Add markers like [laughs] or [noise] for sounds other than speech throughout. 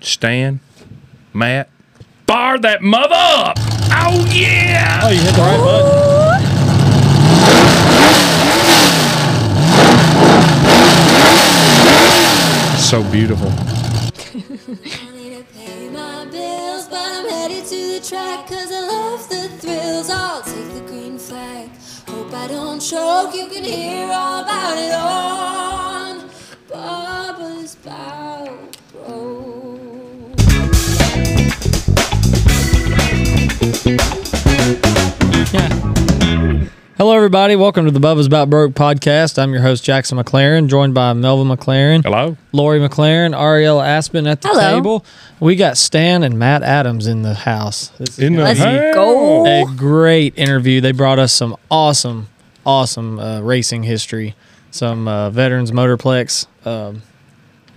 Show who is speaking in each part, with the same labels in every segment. Speaker 1: Stan, Matt, fire that mother up! Oh yeah!
Speaker 2: Oh, you hit the right button.
Speaker 1: So beautiful.
Speaker 3: to pay my bills, but I'm headed to the track cause I love the thrills. I'll take the green flag. Hope I don't choke. You can hear all about it on Barbara's Bow Road.
Speaker 2: Hello, everybody. Welcome to the Bubba's About Broke podcast. I'm your host, Jackson McLaren, joined by Melvin McLaren,
Speaker 1: Hello.
Speaker 2: Lori McLaren, Ariel Aspen at the
Speaker 4: Hello.
Speaker 2: table. We got Stan and Matt Adams in the house. This is
Speaker 1: In the
Speaker 2: gonna
Speaker 4: Let's
Speaker 2: be
Speaker 4: go.
Speaker 2: a great interview. They brought us some awesome, awesome uh, racing history, some uh, veterans motorplex, um,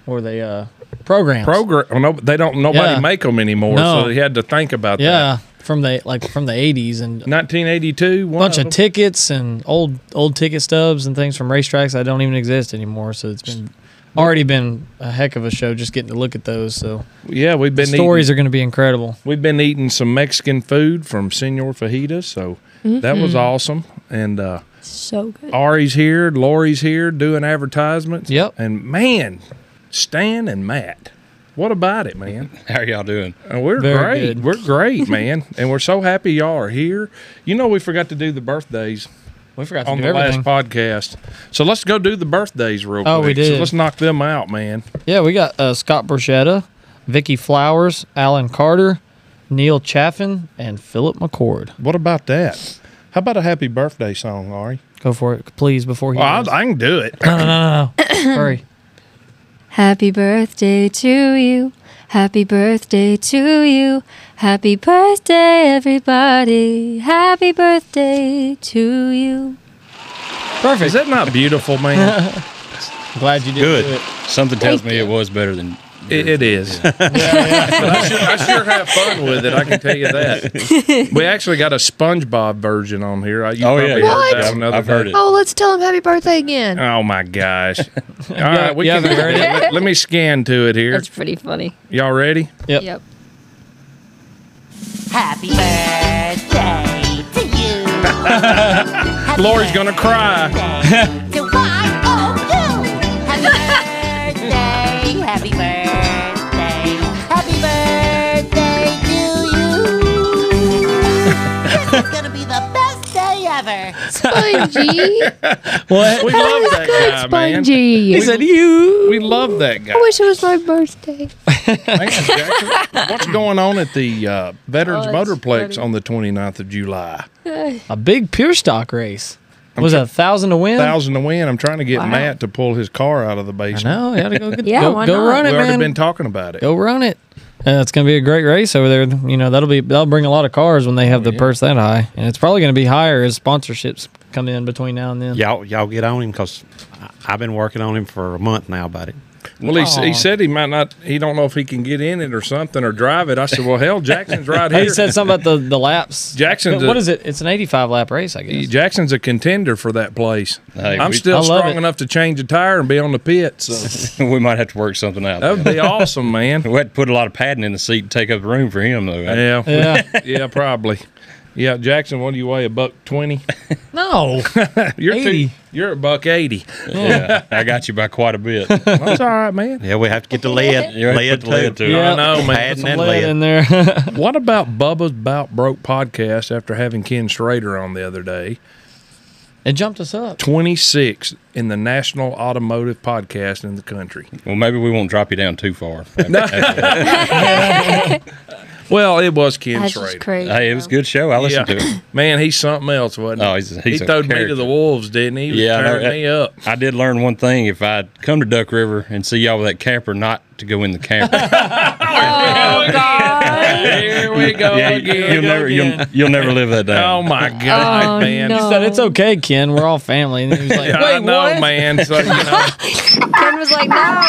Speaker 2: or they uh, programs.
Speaker 1: program. oh, No, they don't. Nobody
Speaker 2: Yeah.
Speaker 1: make them anymore,
Speaker 2: No.
Speaker 1: so he had to think about
Speaker 2: yeah, from the like from the eighties and
Speaker 1: that. 1982.
Speaker 2: a bunch of tickets and old old ticket stubs and things from racetracks that don't even exist anymore. So it's been already been a heck of a show just getting to look at those. So
Speaker 1: Yeah, we've
Speaker 2: the
Speaker 1: been
Speaker 2: stories
Speaker 1: Eating,
Speaker 2: are going to be incredible.
Speaker 1: we've been eating some Mexican food from Senor Fajita, so that was awesome. And uh,
Speaker 4: Mm-hmm. So good.
Speaker 1: Ari's here, Lori's here doing advertisements.
Speaker 2: Yep.
Speaker 1: And man, Stan and Matt, what about it, man?
Speaker 5: How are y'all doing?
Speaker 1: And we're
Speaker 2: Very
Speaker 1: great.
Speaker 2: good.
Speaker 1: We're great, man. [laughs] And we're so happy y'all are here. You know, we forgot to do the birthdays
Speaker 2: We forgot to
Speaker 1: on
Speaker 2: do
Speaker 1: the
Speaker 2: everything.
Speaker 1: last podcast. So let's go do the birthdays real
Speaker 2: Oh, we
Speaker 1: quick.
Speaker 2: did.
Speaker 1: So let's knock them out, man.
Speaker 2: Yeah, we got uh, Scott Borchetta, Vicky Flowers, Alan Carter, Neil Chaffin, and Philip McCord.
Speaker 1: What about that? How about a happy birthday song, Ari?
Speaker 2: Go for it, please, before he.
Speaker 1: Well, I,
Speaker 2: goes.
Speaker 1: I can do it.
Speaker 2: Hurry.
Speaker 3: Happy birthday to you. Happy birthday to you. Happy birthday, everybody. Happy birthday to you.
Speaker 1: Perfect. Is that not beautiful, man?
Speaker 2: I'm glad you did.
Speaker 5: Good. Something tells me it was better than.
Speaker 1: it, it is. But I, sure, I sure have fun with it. I can tell you that. We actually got a SpongeBob version on here. I- You
Speaker 5: Oh,
Speaker 1: probably
Speaker 5: yeah.
Speaker 1: heard
Speaker 5: What?
Speaker 1: that one the other
Speaker 5: I've heard
Speaker 1: day.
Speaker 5: it.
Speaker 4: Oh, let's tell him happy birthday again.
Speaker 1: Oh my gosh! All right, we
Speaker 2: you
Speaker 1: can.
Speaker 2: haven't heard it?
Speaker 1: Let, let me scan to it here.
Speaker 4: That's pretty funny.
Speaker 1: Y'all ready?
Speaker 2: Yep.
Speaker 4: Yep.
Speaker 6: Happy birthday to you. Happy
Speaker 1: Lori's gonna cry.
Speaker 6: birthday To Y-O-U. Happy birthday. Happy birthday. Happy birthday to you. [laughs] This is gonna be the best day ever.
Speaker 4: Spongy.
Speaker 3: [laughs]
Speaker 1: We
Speaker 2: What?
Speaker 1: love that guy, man.
Speaker 4: Spongy.
Speaker 2: He said you.
Speaker 1: We love that guy.
Speaker 4: I
Speaker 3: Oh,
Speaker 4: wish it was my birthday.
Speaker 1: Man, Jackson, what's going on at the uh, Veterans
Speaker 4: Oh, that's
Speaker 1: Motorplex
Speaker 4: funny.
Speaker 1: on the 29th of July?
Speaker 2: A big pure stock race. was it a thousand to win?
Speaker 1: Thousand to win. I'm trying to get Matt to pull his car out of the
Speaker 2: I
Speaker 1: basement.
Speaker 2: know. You gotta go get
Speaker 4: Yeah,
Speaker 2: go,
Speaker 4: why
Speaker 2: go
Speaker 4: not?
Speaker 2: run it,
Speaker 1: We've already
Speaker 2: man.
Speaker 1: been talking about it.
Speaker 2: go run it. And it's gonna be a great race over there. You know that'll be that'll bring a lot of cars when they
Speaker 1: Oh,
Speaker 2: have the purse that high, and it's probably gonna be higher as sponsorships come in between now and then.
Speaker 7: y'all y'all get on him because I've been working on him for a month now about it.
Speaker 1: Well, he, s-
Speaker 2: Aw.
Speaker 1: he said he might not. He don't know if he can get in it or something or drive it. I said, well, hell, Jackson's [laughs] right here.
Speaker 2: He said something about the the laps.
Speaker 1: Jackson's
Speaker 2: What
Speaker 1: a-
Speaker 2: is it? It's an 85 lap race, I
Speaker 1: [laughs]
Speaker 2: guess.
Speaker 1: Jackson's a contender for that place.
Speaker 5: Hey,
Speaker 1: I'm
Speaker 5: we-
Speaker 2: I
Speaker 1: still
Speaker 2: love
Speaker 1: strong
Speaker 2: it.
Speaker 1: enough to change a tire and be on the pit. So
Speaker 5: [laughs] we might have to work something
Speaker 1: [laughs]
Speaker 5: out.
Speaker 1: that would be awesome, man. [laughs]
Speaker 5: we had to put a lot of padding in the seat to take up room for him, though.
Speaker 1: Yeah,
Speaker 2: Yeah.
Speaker 1: yeah, probably. Yeah, Jackson, what do you weigh? A buck twenty?
Speaker 2: No.
Speaker 1: You're
Speaker 2: 80.
Speaker 1: Too, you're a buck eighty.
Speaker 5: Yeah, I got you by quite
Speaker 1: [laughs]
Speaker 5: a bit.
Speaker 1: That's all right, man.
Speaker 7: Yeah, we have to get the lead,
Speaker 5: [laughs] You had to
Speaker 7: lead
Speaker 5: put the lead
Speaker 7: too.
Speaker 5: to it.
Speaker 2: Yeah.
Speaker 1: I know, Oh, man.
Speaker 7: Padding
Speaker 2: Some
Speaker 7: and
Speaker 2: lead
Speaker 7: lead.
Speaker 2: in there. [laughs]
Speaker 1: What about Bubba's Bout Broke podcast after having Ken Schrader on the other day?
Speaker 2: it jumped us up.
Speaker 1: 26 in the National Automotive Podcast in the country.
Speaker 5: Well, maybe we won't drop you down
Speaker 1: [laughs]
Speaker 5: too far.
Speaker 1: Well, it was Ken
Speaker 3: That's
Speaker 1: Schrader.
Speaker 3: just crazy.
Speaker 5: hey, it was a good show. I
Speaker 1: Yeah.
Speaker 5: listened to it.
Speaker 1: Man, he's something else, wasn't he?
Speaker 5: Oh, he's- he's
Speaker 1: he
Speaker 5: a
Speaker 1: throwed me to
Speaker 5: character.
Speaker 1: the wolves, didn't he? he was
Speaker 5: Yeah, I know.
Speaker 1: tearing me up.
Speaker 5: I did learn one thing. If I come to Duck River and see y'all with that camper, not to go in
Speaker 1: [laughs]
Speaker 5: the camper.
Speaker 4: Oh, God.
Speaker 1: Oh, Here we go
Speaker 5: yeah,
Speaker 1: again.
Speaker 5: you'll never, you'll, you'll never live
Speaker 1: [laughs]
Speaker 5: that
Speaker 1: Oh
Speaker 5: down.
Speaker 1: my God,
Speaker 4: Oh,
Speaker 1: man!
Speaker 4: no.
Speaker 2: Said it's okay, Ken. We're all family. And he was
Speaker 1: [laughs]
Speaker 2: like,
Speaker 1: Yeah, I
Speaker 2: Wait,
Speaker 1: know,
Speaker 2: what?
Speaker 1: man. So, you know,
Speaker 4: Ken was like, no.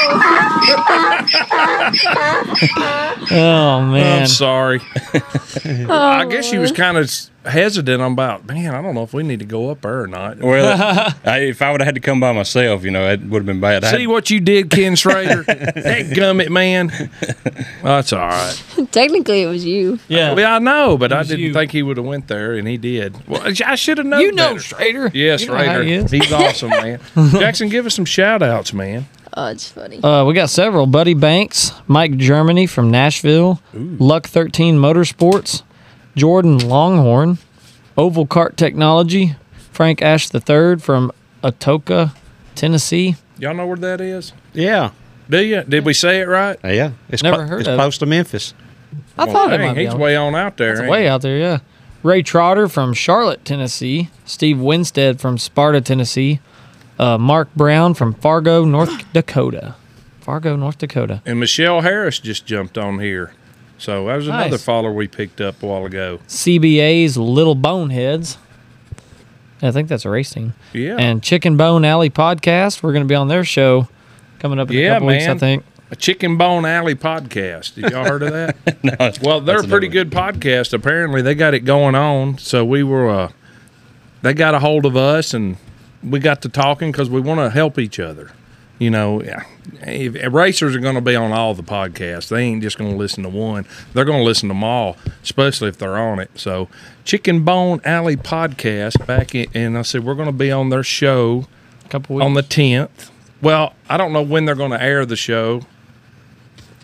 Speaker 2: Oh man.
Speaker 1: I'm sorry.
Speaker 4: Oh,
Speaker 1: I guess he was
Speaker 4: Lord.
Speaker 1: kind of hesitant about, man, I don't know if we need to go up there or not. [laughs]
Speaker 5: Well, I, if I would have had to come by myself, you know, it would have been bad. I
Speaker 1: See
Speaker 5: had-
Speaker 1: what you did, Ken
Speaker 5: [laughs]
Speaker 1: Schrader? that gummit, man. Well, that's all right.
Speaker 4: Technically, it was you.
Speaker 2: [laughs] yeah.
Speaker 1: Well, I know, but I
Speaker 2: was
Speaker 1: didn't
Speaker 2: you.
Speaker 1: think he would have went there, and he did. Well, I should have known.
Speaker 2: you know
Speaker 1: better.
Speaker 2: Schrader.
Speaker 1: Yes,
Speaker 2: you know how
Speaker 1: Schrader.
Speaker 2: he is.
Speaker 1: He's awesome,
Speaker 2: [laughs]
Speaker 1: man. Jackson, give us some shout outs, man.
Speaker 4: Oh, it's funny.
Speaker 2: Uh, we got several. Buddy Banks, Mike Germany from Nashville, Luck 13 Motorsports, Jordan Longhorn, Oval Cart Technology, Frank Ash III from Atoka, Tennessee.
Speaker 1: Y'all know where that is?
Speaker 7: Yeah.
Speaker 1: Do you? Did we say it right?
Speaker 7: Uh, yeah. It's
Speaker 2: Never
Speaker 7: clo-
Speaker 2: heard
Speaker 7: It's
Speaker 2: of it.
Speaker 7: close to Memphis.
Speaker 2: I thought it
Speaker 1: Dang,
Speaker 2: might be
Speaker 1: he's
Speaker 2: on-
Speaker 1: way on out there.
Speaker 2: it's
Speaker 1: ain't
Speaker 2: way
Speaker 1: he?
Speaker 2: out there, yeah. Ray Trotter from Charlotte, Tennessee, Steve Winstead from Sparta, Tennessee, uh, Mark Brown from Fargo, [gasps] North Dakota. Fargo, North Dakota.
Speaker 1: And Michelle Harris just jumped on here. So that was another
Speaker 2: Nice.
Speaker 1: follower we picked up a while ago.
Speaker 2: CBA's Little Boneheads. I think that's a race team.
Speaker 1: Yeah.
Speaker 2: And Chicken Bone Alley podcast. We're going to be on their show coming up in
Speaker 1: Yeah,
Speaker 2: a couple weeks, I
Speaker 1: man.
Speaker 2: think.
Speaker 1: a Chicken Bone Alley podcast. Have y'all heard of that? no. Well, they're a
Speaker 5: that's
Speaker 1: pretty
Speaker 5: another
Speaker 1: good podcast. Apparently, they got it going on. So we were, uh, they got a hold of us and we got to talking because we want to help each other. You know, yeah, if, racers are going to be on all the podcasts. They ain't just going to listen to one. They're going to listen to them all, especially if they're on it. So, Chicken Bone Alley podcast back in, and I said we're going to be on their show
Speaker 2: couple weeks.
Speaker 1: on the 10th. Well, I don't know when they're going to air the show.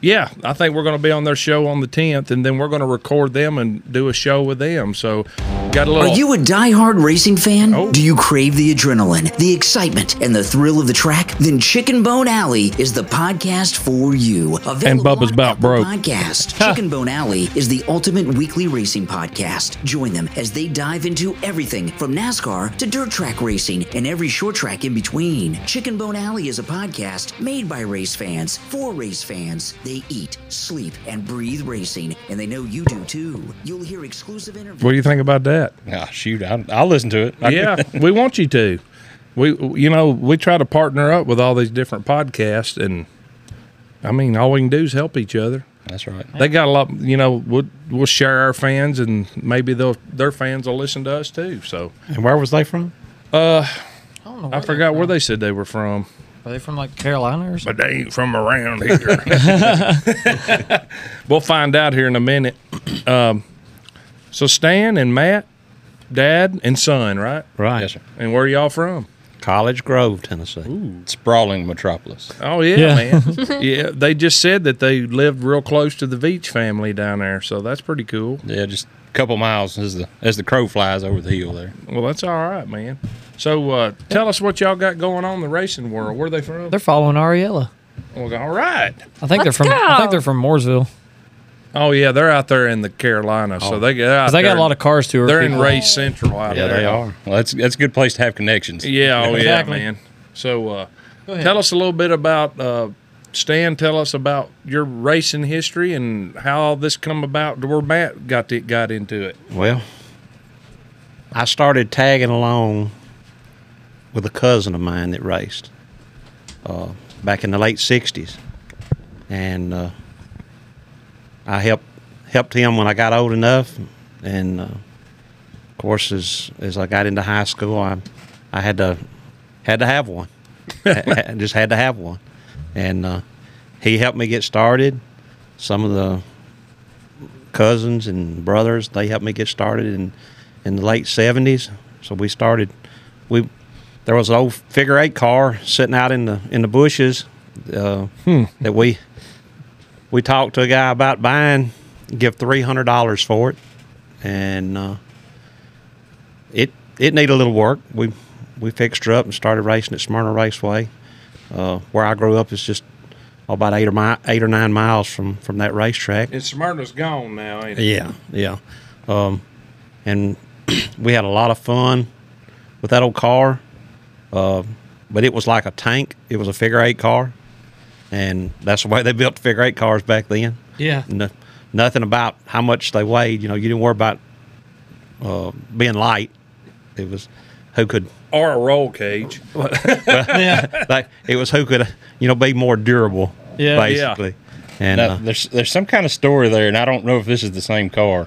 Speaker 1: Yeah, I think we're going to be on their show on the 10th, and then we're going to record them and do a show with them. So, got a
Speaker 8: Are
Speaker 1: little.
Speaker 8: you a die-hard racing fan?
Speaker 1: Oh.
Speaker 8: Do you crave the adrenaline, the excitement, and the thrill of the track? Then Chicken Bone Alley is the podcast for you. Available
Speaker 1: And Bubba's
Speaker 8: on
Speaker 1: about
Speaker 8: Apple
Speaker 1: broke.
Speaker 8: Podcast. Chicken Bone Alley is the ultimate weekly racing podcast. Join them as they dive into everything from NASCAR to dirt track racing and every short track in between. Chicken Bone Alley is a podcast made by race fans for race fans. They eat, sleep, and breathe racing, and they know you do too. You'll hear exclusive interviews.
Speaker 1: what do you think about that?
Speaker 5: Ah, shoot, I, I'll listen to it. I-
Speaker 1: yeah, we want you to. We, you know, we try to partner up with all these different podcasts, and I mean, all we can do is help each other.
Speaker 5: [laughs] that's right.
Speaker 1: They got a lot, you know. We'll we'll share our fans, and maybe they'll their fans will listen to us too. So
Speaker 7: And where was they from?
Speaker 2: I don't know.
Speaker 1: I
Speaker 2: where
Speaker 1: forgot
Speaker 2: they're
Speaker 1: where they said they were from.
Speaker 2: from. Are they from like Carolina or something?
Speaker 1: but they ain't from around here. [laughs] we'll find out here in a minute. [clears throat] Um, so Stan and Matt, dad and son, right?
Speaker 7: Right.
Speaker 5: Yes, sir.
Speaker 1: And where y'all from?
Speaker 7: College Grove, Tennessee.
Speaker 5: Sprawling metropolis.
Speaker 1: Oh yeah,
Speaker 2: [laughs]
Speaker 1: man. yeah, they just said that they lived real close to the Veach family down there, so that's pretty cool.
Speaker 5: Yeah, just a couple miles as the as the crow flies over the hill there.
Speaker 1: Well, that's all right, man. So uh, tell us what y'all got going on in the racing world. Where they from?
Speaker 2: They're following Ariella.
Speaker 1: Well, all right.
Speaker 2: I think they're
Speaker 4: Let's
Speaker 2: from. I
Speaker 4: go.
Speaker 2: think they're from Mooresville.
Speaker 1: Oh yeah, they're out there in the Carolina, so they got out
Speaker 2: 'Cause they
Speaker 1: there
Speaker 2: got a lot of cars to her.
Speaker 1: They're in Race Central out there.
Speaker 5: Well, that's that's a good place to have connections.
Speaker 1: Yeah, oh
Speaker 2: Exactly.
Speaker 1: yeah, man. So, uh, tell us a little bit about uh, Stan. Tell us about your racing history and how all this come about to where Matt got to, got into it.
Speaker 7: Well, I started tagging along with a cousin of mine that raced uh, back in the late '60s, and uh, I helped helped him when I got old enough. And uh, of course, as as I got into high school, I I had to had to have one. I just had to have one, and uh, he helped me get started. Some of the cousins and brothers. They helped me get started in in the late seventies. So we started. We there was an old figure eight car sitting out in the in the bushes uh, that we we talked to a guy about buying. Give three hundred dollars for it, and uh, it it needed a little work. We we fixed her up and started racing at Smyrna Raceway. Uh, where I grew up is just about eight or mi- eight or nine miles from from that racetrack.
Speaker 1: And Smyrna's gone now, ain't it?
Speaker 7: Yeah, yeah. Um, and [clears throat] we had a lot of fun with that old car, uh, but it was like a tank. It was a figure eight car, and that's the way they built figure eight cars back then.
Speaker 2: [laughs] Yeah.
Speaker 7: No, nothing about how much they weighed. You know, you didn't worry about uh, being light. It was who could
Speaker 1: Or a roll cage.
Speaker 2: yeah.
Speaker 7: like it was who could you know be more durable.
Speaker 2: Yeah.
Speaker 7: basically. And
Speaker 5: Now,
Speaker 7: uh,
Speaker 5: there's there's some kind of story there, and I don't know if this is the same car,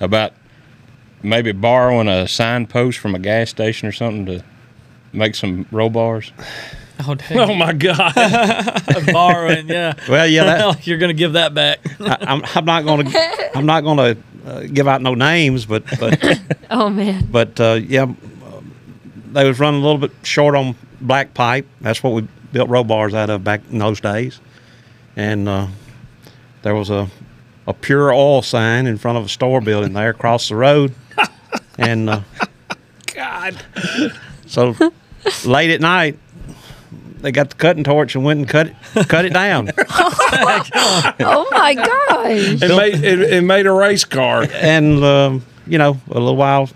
Speaker 5: about maybe borrowing a signpost from a gas station or something to make some roll bars.
Speaker 1: [laughs]
Speaker 2: Oh, dang.
Speaker 1: Oh my God!
Speaker 2: borrowing, yeah.
Speaker 7: well, yeah, that,
Speaker 2: Like, You're gonna give that back. [laughs]
Speaker 7: I, I'm, I'm not gonna I'm not gonna uh, give out no names, but but
Speaker 4: Oh man.
Speaker 7: but uh, yeah, um, they was running a little bit short on black pipe. That's what we built row bars out of back in those days, and uh, there was a a pure oil sign in front of a store building there across the road, and uh,
Speaker 1: God,
Speaker 7: so late at night. They got the cutting torch and went and cut it, cut it down.
Speaker 4: Oh [laughs] my gosh.
Speaker 1: it made it, it made a race car. [laughs]
Speaker 7: and um, you know, a little while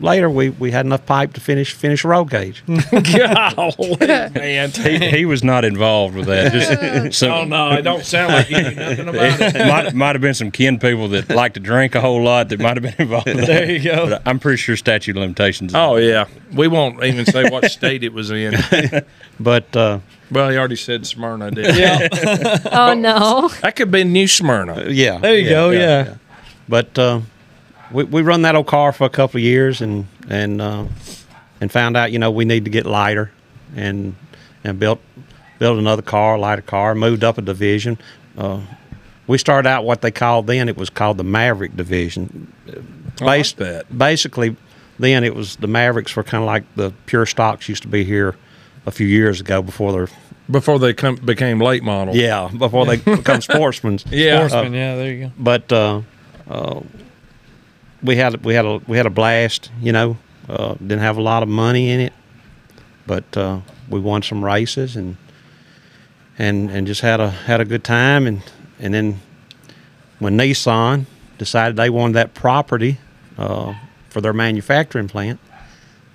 Speaker 7: later, we, we had enough pipe to finish finish a roll cage.
Speaker 1: Golly, man!
Speaker 5: He, he was not involved
Speaker 1: [laughs]
Speaker 5: with that. Just so
Speaker 1: Oh no, it don't sound like you knew nothing about it.
Speaker 5: it might might have been some kin people that like to drink a whole lot that might have been involved. With
Speaker 2: [laughs]
Speaker 5: that.
Speaker 2: There you go.
Speaker 5: But I'm pretty sure statute of limitations.
Speaker 1: Oh yeah, we won't even say what state it was in.
Speaker 7: But uh,
Speaker 1: Well, he already said Smyrna, did he?
Speaker 2: Yeah.
Speaker 4: Oh no.
Speaker 1: That could be New Smyrna.
Speaker 7: yeah,
Speaker 2: There you go. Yeah.
Speaker 7: But uh, we we run that old car for a couple of years, and and uh, and found out you know we need to get lighter, and and built built another car, a lighter car, moved up a division. Uh, we started out what they called then it was called the Maverick division. Bas-
Speaker 1: that.
Speaker 7: Basically, then it was the Mavericks were kind of like the pure stocks used to be here a few years ago before they're
Speaker 1: Before they come, became late model.
Speaker 7: yeah before they
Speaker 1: [laughs]
Speaker 7: become sportsmen.
Speaker 1: Yeah.
Speaker 2: Horseman. yeah. There you go.
Speaker 7: but uh, uh, we had we had a we had a blast. You know, uh, didn't have a lot of money in it, but uh, we won some races and and and just had a had a good time. And and then when Nissan decided they wanted that property uh, for their manufacturing plant,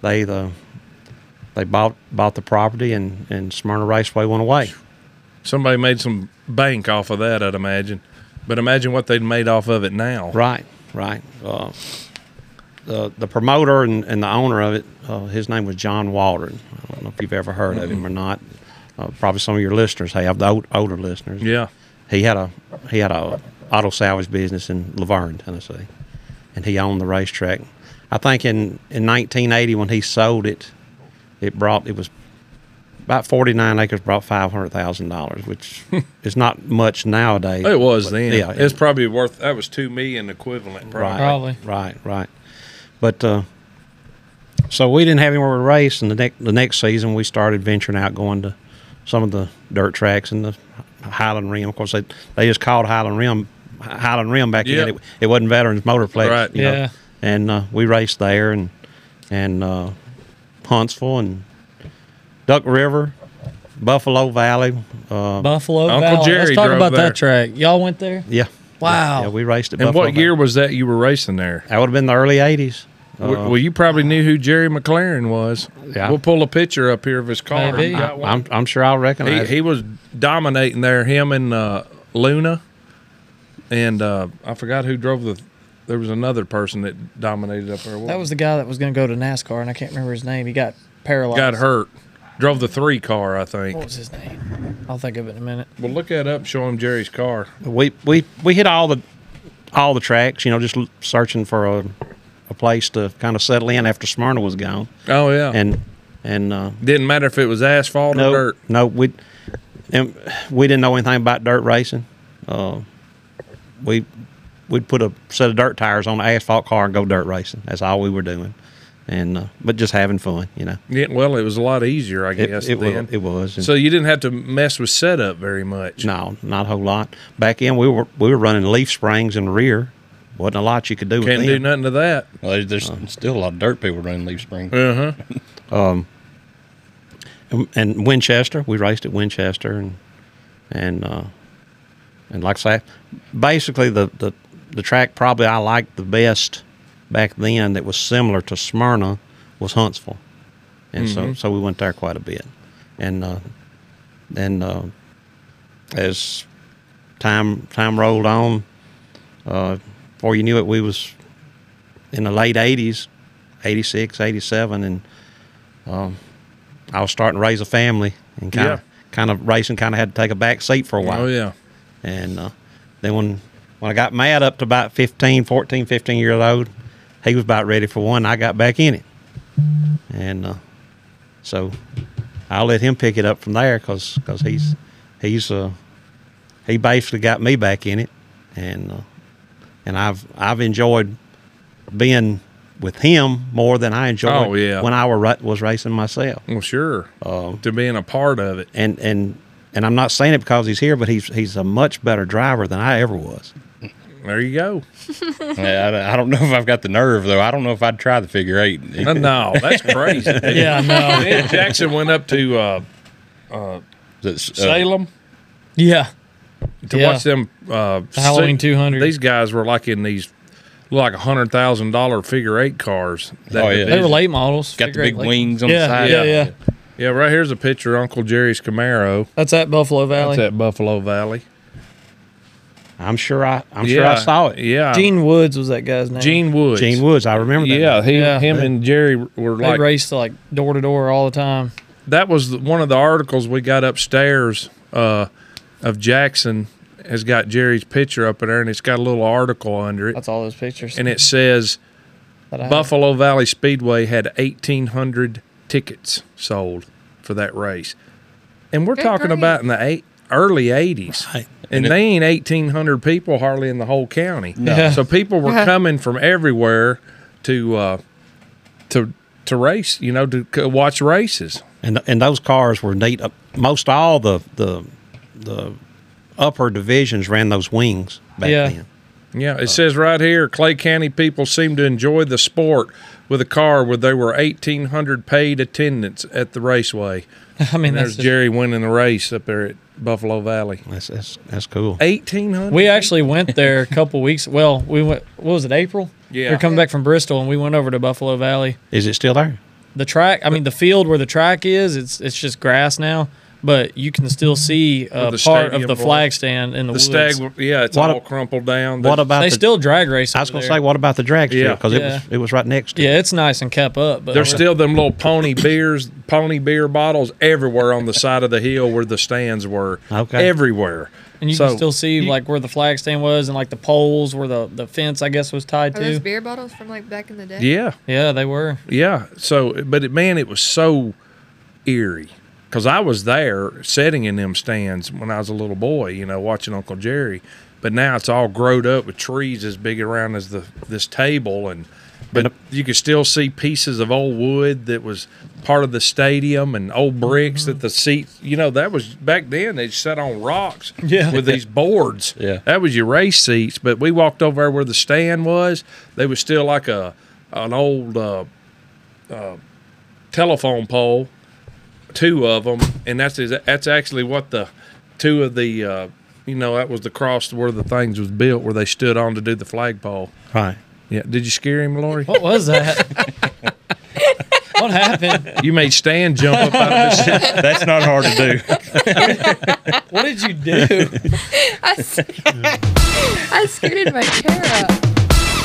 Speaker 7: they the they bought bought the property and and Smyrna Raceway went away.
Speaker 1: Somebody made some bank off of that, I'd imagine. But imagine what they'd made off of it now.
Speaker 7: Right, right. Uh, the the promoter and, and the owner of it, uh, his name was John Waldron. I don't know if you've ever heard of him or not. Uh, probably some of your listeners have the old, older listeners.
Speaker 1: Yeah.
Speaker 7: He had a he had a auto salvage business in Laverne, Tennessee, and he owned the racetrack. I think in, in 1980 when he sold it, it brought it was about 49 acres brought five hundred thousand dollars, which is not much nowadays.
Speaker 1: It was
Speaker 7: but-
Speaker 1: then.
Speaker 7: Yeah,
Speaker 1: it's probably worth that was two million equivalent. Probably.
Speaker 7: Right,
Speaker 2: Probably.
Speaker 7: Right, right. But uh, so we didn't have anywhere to race, and the next the next season we started venturing out, going to some of the dirt tracks and the Highland Rim. Of course, they they just called Highland Rim Highland Rim back
Speaker 1: Yep.
Speaker 7: then. It, it wasn't Veterans Motorplex,
Speaker 1: Right.
Speaker 7: you know.
Speaker 2: Yeah.
Speaker 7: And uh, we raced there, and and uh, Huntsville and Duck River, Buffalo Valley. Uh,
Speaker 2: Buffalo
Speaker 1: Uncle
Speaker 2: Valley.
Speaker 1: Jerry
Speaker 2: Let's talk
Speaker 1: drove
Speaker 2: about
Speaker 1: there.
Speaker 2: that track. Y'all went there.
Speaker 7: yeah.
Speaker 2: Wow.
Speaker 7: Yeah, we raced at
Speaker 1: And
Speaker 7: Buffalo
Speaker 1: what year
Speaker 7: Valley.
Speaker 1: was that you were racing there?
Speaker 7: That would have been the early '80s.
Speaker 1: W- well, you probably knew who Jerry McLaren was.
Speaker 7: Uh-huh. Yeah.
Speaker 1: We'll pull a picture up here of his car.
Speaker 2: Maybe.
Speaker 1: You got one?
Speaker 7: I'm, I'm sure I'll
Speaker 1: He,
Speaker 7: recognize.
Speaker 1: he was dominating there. Him and uh, Luna, and uh, I forgot who drove the. There was another person that dominated up there. What-
Speaker 2: That was the guy that was going to go to NASCAR, and I can't remember his name. He got paralyzed.
Speaker 1: got hurt. Drove the three car, I
Speaker 2: What
Speaker 1: think.
Speaker 2: was his name? I'll think of it in a minute.
Speaker 1: Well, look that up. Show him Jerry's car.
Speaker 7: we we we hit all the all the tracks. You know, just l- searching for a a place to kind of settle in after Smyrna was gone,
Speaker 1: Oh yeah.
Speaker 7: and and uh,
Speaker 1: didn't matter if it was asphalt
Speaker 7: no
Speaker 1: or dirt.
Speaker 7: no we and we didn't know anything about dirt racing. Uh, we we'd put a set of dirt tires on an asphalt car and go dirt racing. That's all we were doing, and uh, but just having fun. You know,
Speaker 1: Yeah, well, it was a lot easier, I
Speaker 7: it
Speaker 1: guess.
Speaker 7: it,
Speaker 1: then.
Speaker 7: was, it was. And-
Speaker 1: so you didn't have to mess with setup very much.
Speaker 7: No, not a whole lot. Back in, we were we were running leaf springs in the rear. Wasn't a lot you could do.
Speaker 1: Can't
Speaker 7: with
Speaker 1: do
Speaker 7: them.
Speaker 1: nothing to that.
Speaker 5: Well, there's, there's
Speaker 2: Oh.
Speaker 5: still a lot of dirt people running Leaf Spring.
Speaker 1: Uh huh.
Speaker 7: And- And Winchester, we raced at Winchester, and and uh, and like I say, basically the the the track probably I liked the best back then that was similar to Smyrna was Huntsville, and so so we went there quite a bit, and uh, and uh, as time time rolled on, uh, before you knew it, we was in the late '80s, '86, '87, and um, I was starting to raise a family and kind
Speaker 1: Yeah.
Speaker 7: of kind of racing kind of had to take a back seat for a while.
Speaker 1: Oh yeah.
Speaker 7: And uh, then when when I got mad up to about 15, 14, 15 year old, he was about ready for one. I got back in it, and uh, so I'll let him pick it up from there because he's he's uh, he basically got me back in it, and uh, and I've I've enjoyed being with him more than I enjoyed
Speaker 1: Oh, yeah.
Speaker 7: when I were, ra- was racing myself
Speaker 1: Well, sure. to being a part of it.
Speaker 7: and and and I'm not saying it because he's here, but he's he's a much better driver than I ever was.
Speaker 1: There you go.
Speaker 5: Yeah, I, I don't know if I've got the nerve though. I don't know if I'd try the figure eight.
Speaker 1: Uh, no, that's crazy.
Speaker 2: Yeah, no.
Speaker 1: Me and Jackson went up to uh,
Speaker 5: That's, uh,
Speaker 1: Salem
Speaker 2: Yeah.
Speaker 1: to
Speaker 2: Yeah.
Speaker 1: watch them. Uh,
Speaker 2: Halloween
Speaker 1: see-
Speaker 2: 200.
Speaker 1: These guys were like in these, like a hundred thousand dollar figure eight cars. That
Speaker 5: Oh, yeah.
Speaker 2: They
Speaker 1: division.
Speaker 2: were late models.
Speaker 5: got the
Speaker 2: Figure
Speaker 5: big
Speaker 2: eight late-
Speaker 5: wings on
Speaker 2: yeah,
Speaker 5: the side.
Speaker 2: Yeah, yeah.
Speaker 1: Yeah, right here's a picture of Uncle Jerry's Camaro.
Speaker 2: That's at Buffalo Valley.
Speaker 1: That's at Buffalo Valley.
Speaker 7: I'm sure I I'm sure I saw it.
Speaker 1: Yeah,
Speaker 2: Gene Woods was that guy's name.
Speaker 1: Gene Woods.
Speaker 7: Gene Woods, I remember that.
Speaker 1: Yeah, he,
Speaker 2: Yeah.
Speaker 1: him and Jerry were
Speaker 2: They
Speaker 1: like
Speaker 2: raced like door to door all the time.
Speaker 1: that was the- one of the articles we got upstairs uh, of Jackson has got Jerry's picture up in there, and it's got a little article under it,
Speaker 2: That's all those pictures.
Speaker 1: and it says
Speaker 2: that I have.
Speaker 1: Buffalo Valley Speedway had eighteen hundred tickets sold for that race, and we're
Speaker 4: Good
Speaker 1: talking
Speaker 4: grief.
Speaker 1: about in the eight, early eighties. And,
Speaker 5: And it-
Speaker 1: they ain't eighteen hundred people hardly in the whole county.
Speaker 2: Yeah.
Speaker 1: So people were
Speaker 4: Uh-huh.
Speaker 1: coming from everywhere to uh, to to race, you know, to c- watch races.
Speaker 7: and and those cars were neat. Uh, Most all the the the upper divisions ran those wings back
Speaker 2: Yeah.
Speaker 7: then.
Speaker 1: Yeah, it says right here Clay County people seem to enjoy the sport with a car where there were 1,800 paid attendants at the raceway.
Speaker 2: I mean,
Speaker 1: And
Speaker 2: that's
Speaker 1: there's
Speaker 2: just,
Speaker 1: Jerry winning the race up there at Buffalo Valley.
Speaker 7: That's that's, that's cool.
Speaker 1: 1,800?
Speaker 2: we actually went there a couple weeks. Well, we went. What was it? April.
Speaker 1: Yeah.
Speaker 2: We were coming back from Bristol, and we went over to Buffalo Valley.
Speaker 7: Is it still there?
Speaker 2: The track. I mean, the field where the track is. It's it's just grass now, but you can still see a
Speaker 1: the
Speaker 2: part of
Speaker 1: stadium
Speaker 2: the
Speaker 1: was.
Speaker 2: flag stand in
Speaker 1: the
Speaker 2: the, woods.
Speaker 1: stag, yeah, it's
Speaker 7: What a-
Speaker 1: all crumpled down.
Speaker 7: What about
Speaker 2: they
Speaker 7: the,
Speaker 2: still drag race.
Speaker 7: I was
Speaker 2: over
Speaker 7: going to
Speaker 2: there.
Speaker 7: say, what about the drag
Speaker 1: Yeah.
Speaker 7: strip? Because
Speaker 2: Yeah.
Speaker 7: it was it was right next to. it.
Speaker 2: Yeah, it's nice and kept up, but
Speaker 1: There's still them little pony beers, pony beer bottles everywhere on the side of the hill where the stands were.
Speaker 7: Okay.
Speaker 1: Everywhere.
Speaker 2: and you
Speaker 1: so
Speaker 2: can still see
Speaker 1: you-
Speaker 2: like where the flag stand was and like the poles where the the fence I guess was tied
Speaker 4: Are those
Speaker 2: to.
Speaker 4: beer bottles from like back in the day?
Speaker 1: Yeah.
Speaker 2: Yeah, they were.
Speaker 1: Yeah. So, but it, man, it was so eerie because I was there sitting in them stands when I was a little boy, you know, watching Uncle Jerry. But now it's all growed up with trees as big around as the this table, and but you could still see pieces of old wood that was part of the stadium and old bricks that the seats. You know, that was back then. They sat on rocks
Speaker 2: Yeah.
Speaker 1: with these boards.
Speaker 5: Yeah.
Speaker 1: That was your race seats. But we walked over there where the stand was. They was still like a an old uh, telephone pole, two of them, and that's is that's actually what the two of the uh, you know that was the cross where the things was built where they stood on to do the flagpole.
Speaker 7: Right.
Speaker 1: Yeah, did you scare him, Lori?
Speaker 2: What was
Speaker 4: [laughs]
Speaker 2: that? what happened?
Speaker 1: you made Stan jump up out of his seat.
Speaker 5: That's not hard to do.
Speaker 2: What did you do?
Speaker 4: I, s- I scooted my chair up.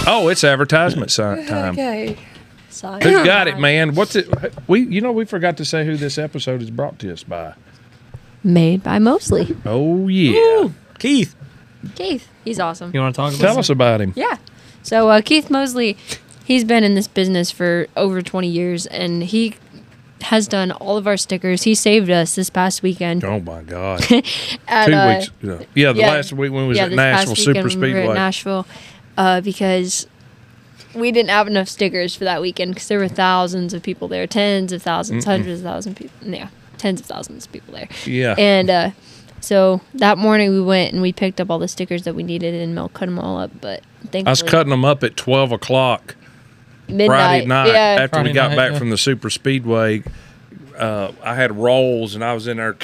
Speaker 1: Oh, it's advertisement si- time.
Speaker 4: Okay. Sorry.
Speaker 1: Who got it, man? What's it? We you know we forgot to say who this episode is brought to us by.
Speaker 4: Made by Mosley.
Speaker 1: Oh yeah,
Speaker 2: Keith.
Speaker 4: Keith. He's awesome.
Speaker 2: You want to talk about
Speaker 1: tell us about him.
Speaker 4: Yeah. So uh, Keith Mosley, he's been in this business for over 20 years, and he has done all of our stickers. He saved us this past weekend.
Speaker 1: Oh my
Speaker 4: [laughs]
Speaker 1: God!
Speaker 4: at,
Speaker 1: Two
Speaker 4: uh,
Speaker 1: weeks. Yeah, yeah the
Speaker 4: yeah.
Speaker 1: last week when we was
Speaker 4: yeah,
Speaker 1: at
Speaker 4: this past
Speaker 1: Nashville Super
Speaker 4: weekend when We
Speaker 1: Speedway.
Speaker 4: were at Nashville uh, because we didn't have enough stickers for that weekend because there were thousands of people there, tens of 1000s hundreds of thousands of people. Yeah, tens of thousands of people there.
Speaker 1: Yeah.
Speaker 4: And uh, so that morning we went and we picked up all the stickers that we needed, and Mel cut them all up. But thankfully,
Speaker 1: I was cutting them up at twelve o'clock.
Speaker 4: midnight.
Speaker 1: Friday night
Speaker 4: Yeah.
Speaker 1: after
Speaker 2: Friday
Speaker 1: we got
Speaker 2: night,
Speaker 1: back
Speaker 2: yeah.
Speaker 1: from the super speedway. Uh, I had rolls and I was in there.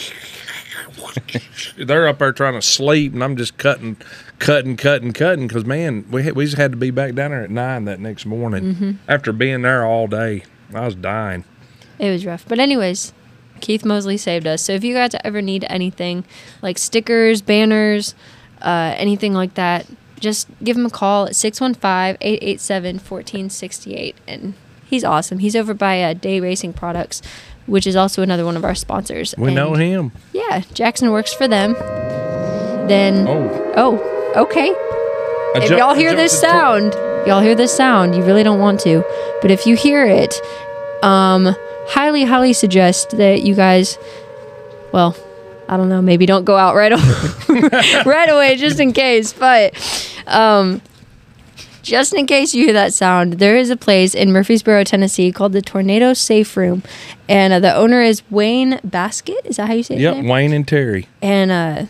Speaker 1: They're up there trying to sleep, and I'm just cutting, cutting, cutting, cutting. Because man, we had, we just had to be back down there at nine that next morning
Speaker 4: Mm-hmm.
Speaker 1: after being there all day. I was dying.
Speaker 4: It was rough. But anyways, Keith Mosley saved us. So if you guys ever need anything, like stickers, banners, uh, anything like that, just give him a call at 615-887-1468. And he's awesome. He's over by uh, Day Racing Products, which is also another one of our sponsors.
Speaker 1: We know
Speaker 4: And,
Speaker 1: him.
Speaker 4: Yeah, Jackson works for them. then
Speaker 1: Oh,
Speaker 4: oh, okay.
Speaker 1: I
Speaker 4: If
Speaker 1: jumped-
Speaker 4: y'all
Speaker 1: I
Speaker 4: hear
Speaker 1: jumped
Speaker 4: this
Speaker 1: to the door.
Speaker 4: sound, y'all hear this sound, you really don't want to. But if you hear it, um, highly, highly suggest that you guys, well, I don't know, maybe don't go out right, away, [laughs] right away just in case. But um, just in case you hear that sound, there is a place in Murfreesboro, Tennessee called the Tornado Safe Room. And uh, the owner is Wayne Basket. Is that how you say it?
Speaker 1: Yep, Wayne and Terry.
Speaker 4: And uh,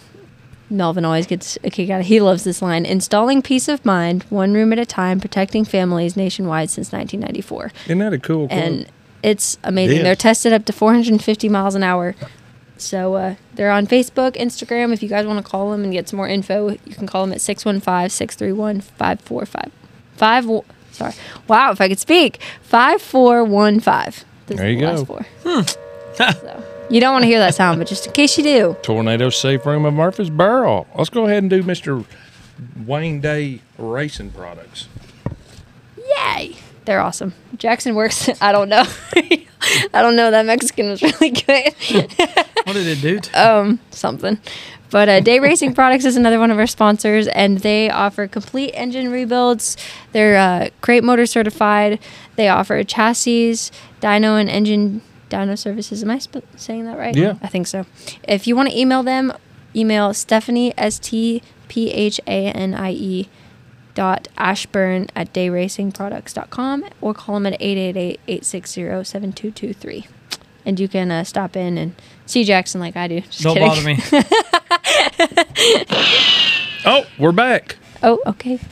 Speaker 4: Melvin always gets a kick out of. He loves this line: installing peace of mind, one room at a time, protecting families nationwide since 1994.
Speaker 1: Isn't that a cool? quote?
Speaker 4: And it's amazing.
Speaker 7: It is.
Speaker 4: They're tested up to 450 miles an hour. So uh, they're on Facebook, Instagram. If you guys want to call them and get some more info, you can call them at 615-631-5455. Five, sorry. Wow, if I could speak. 5415. Those
Speaker 1: There
Speaker 4: are
Speaker 1: you
Speaker 4: the last
Speaker 1: go.
Speaker 4: four. so, you don't want to hear that sound, but just in case you do.
Speaker 1: Tornado Safe Room of Murfreesboro. Let's go ahead and do Mr. Wayne Day Racing Products.
Speaker 4: Yay! They're awesome. Jackson works. [laughs] I don't know. I don't know. That Mexican was [laughs] really good. [laughs]
Speaker 2: What did it do?
Speaker 4: Uh,
Speaker 2: To
Speaker 4: Something. But uh, Day Racing Products is another one of our sponsors, and they offer complete engine rebuilds. They're uh, crate motor certified. They offer chassis, dyno, and engine dyno services. Am I sp- saying that right?
Speaker 1: Yeah.
Speaker 4: I think so. If you want to email them, email Stephanie, S T P H A N I E, dot ashburn at dayracingproducts.com or call them at 888-860-7223 and you can uh, stop in and see jackson like i do Just
Speaker 2: don't
Speaker 4: kidding.
Speaker 2: bother
Speaker 4: [laughs]
Speaker 2: me.
Speaker 1: Oh, we're back.
Speaker 4: oh okay
Speaker 2: So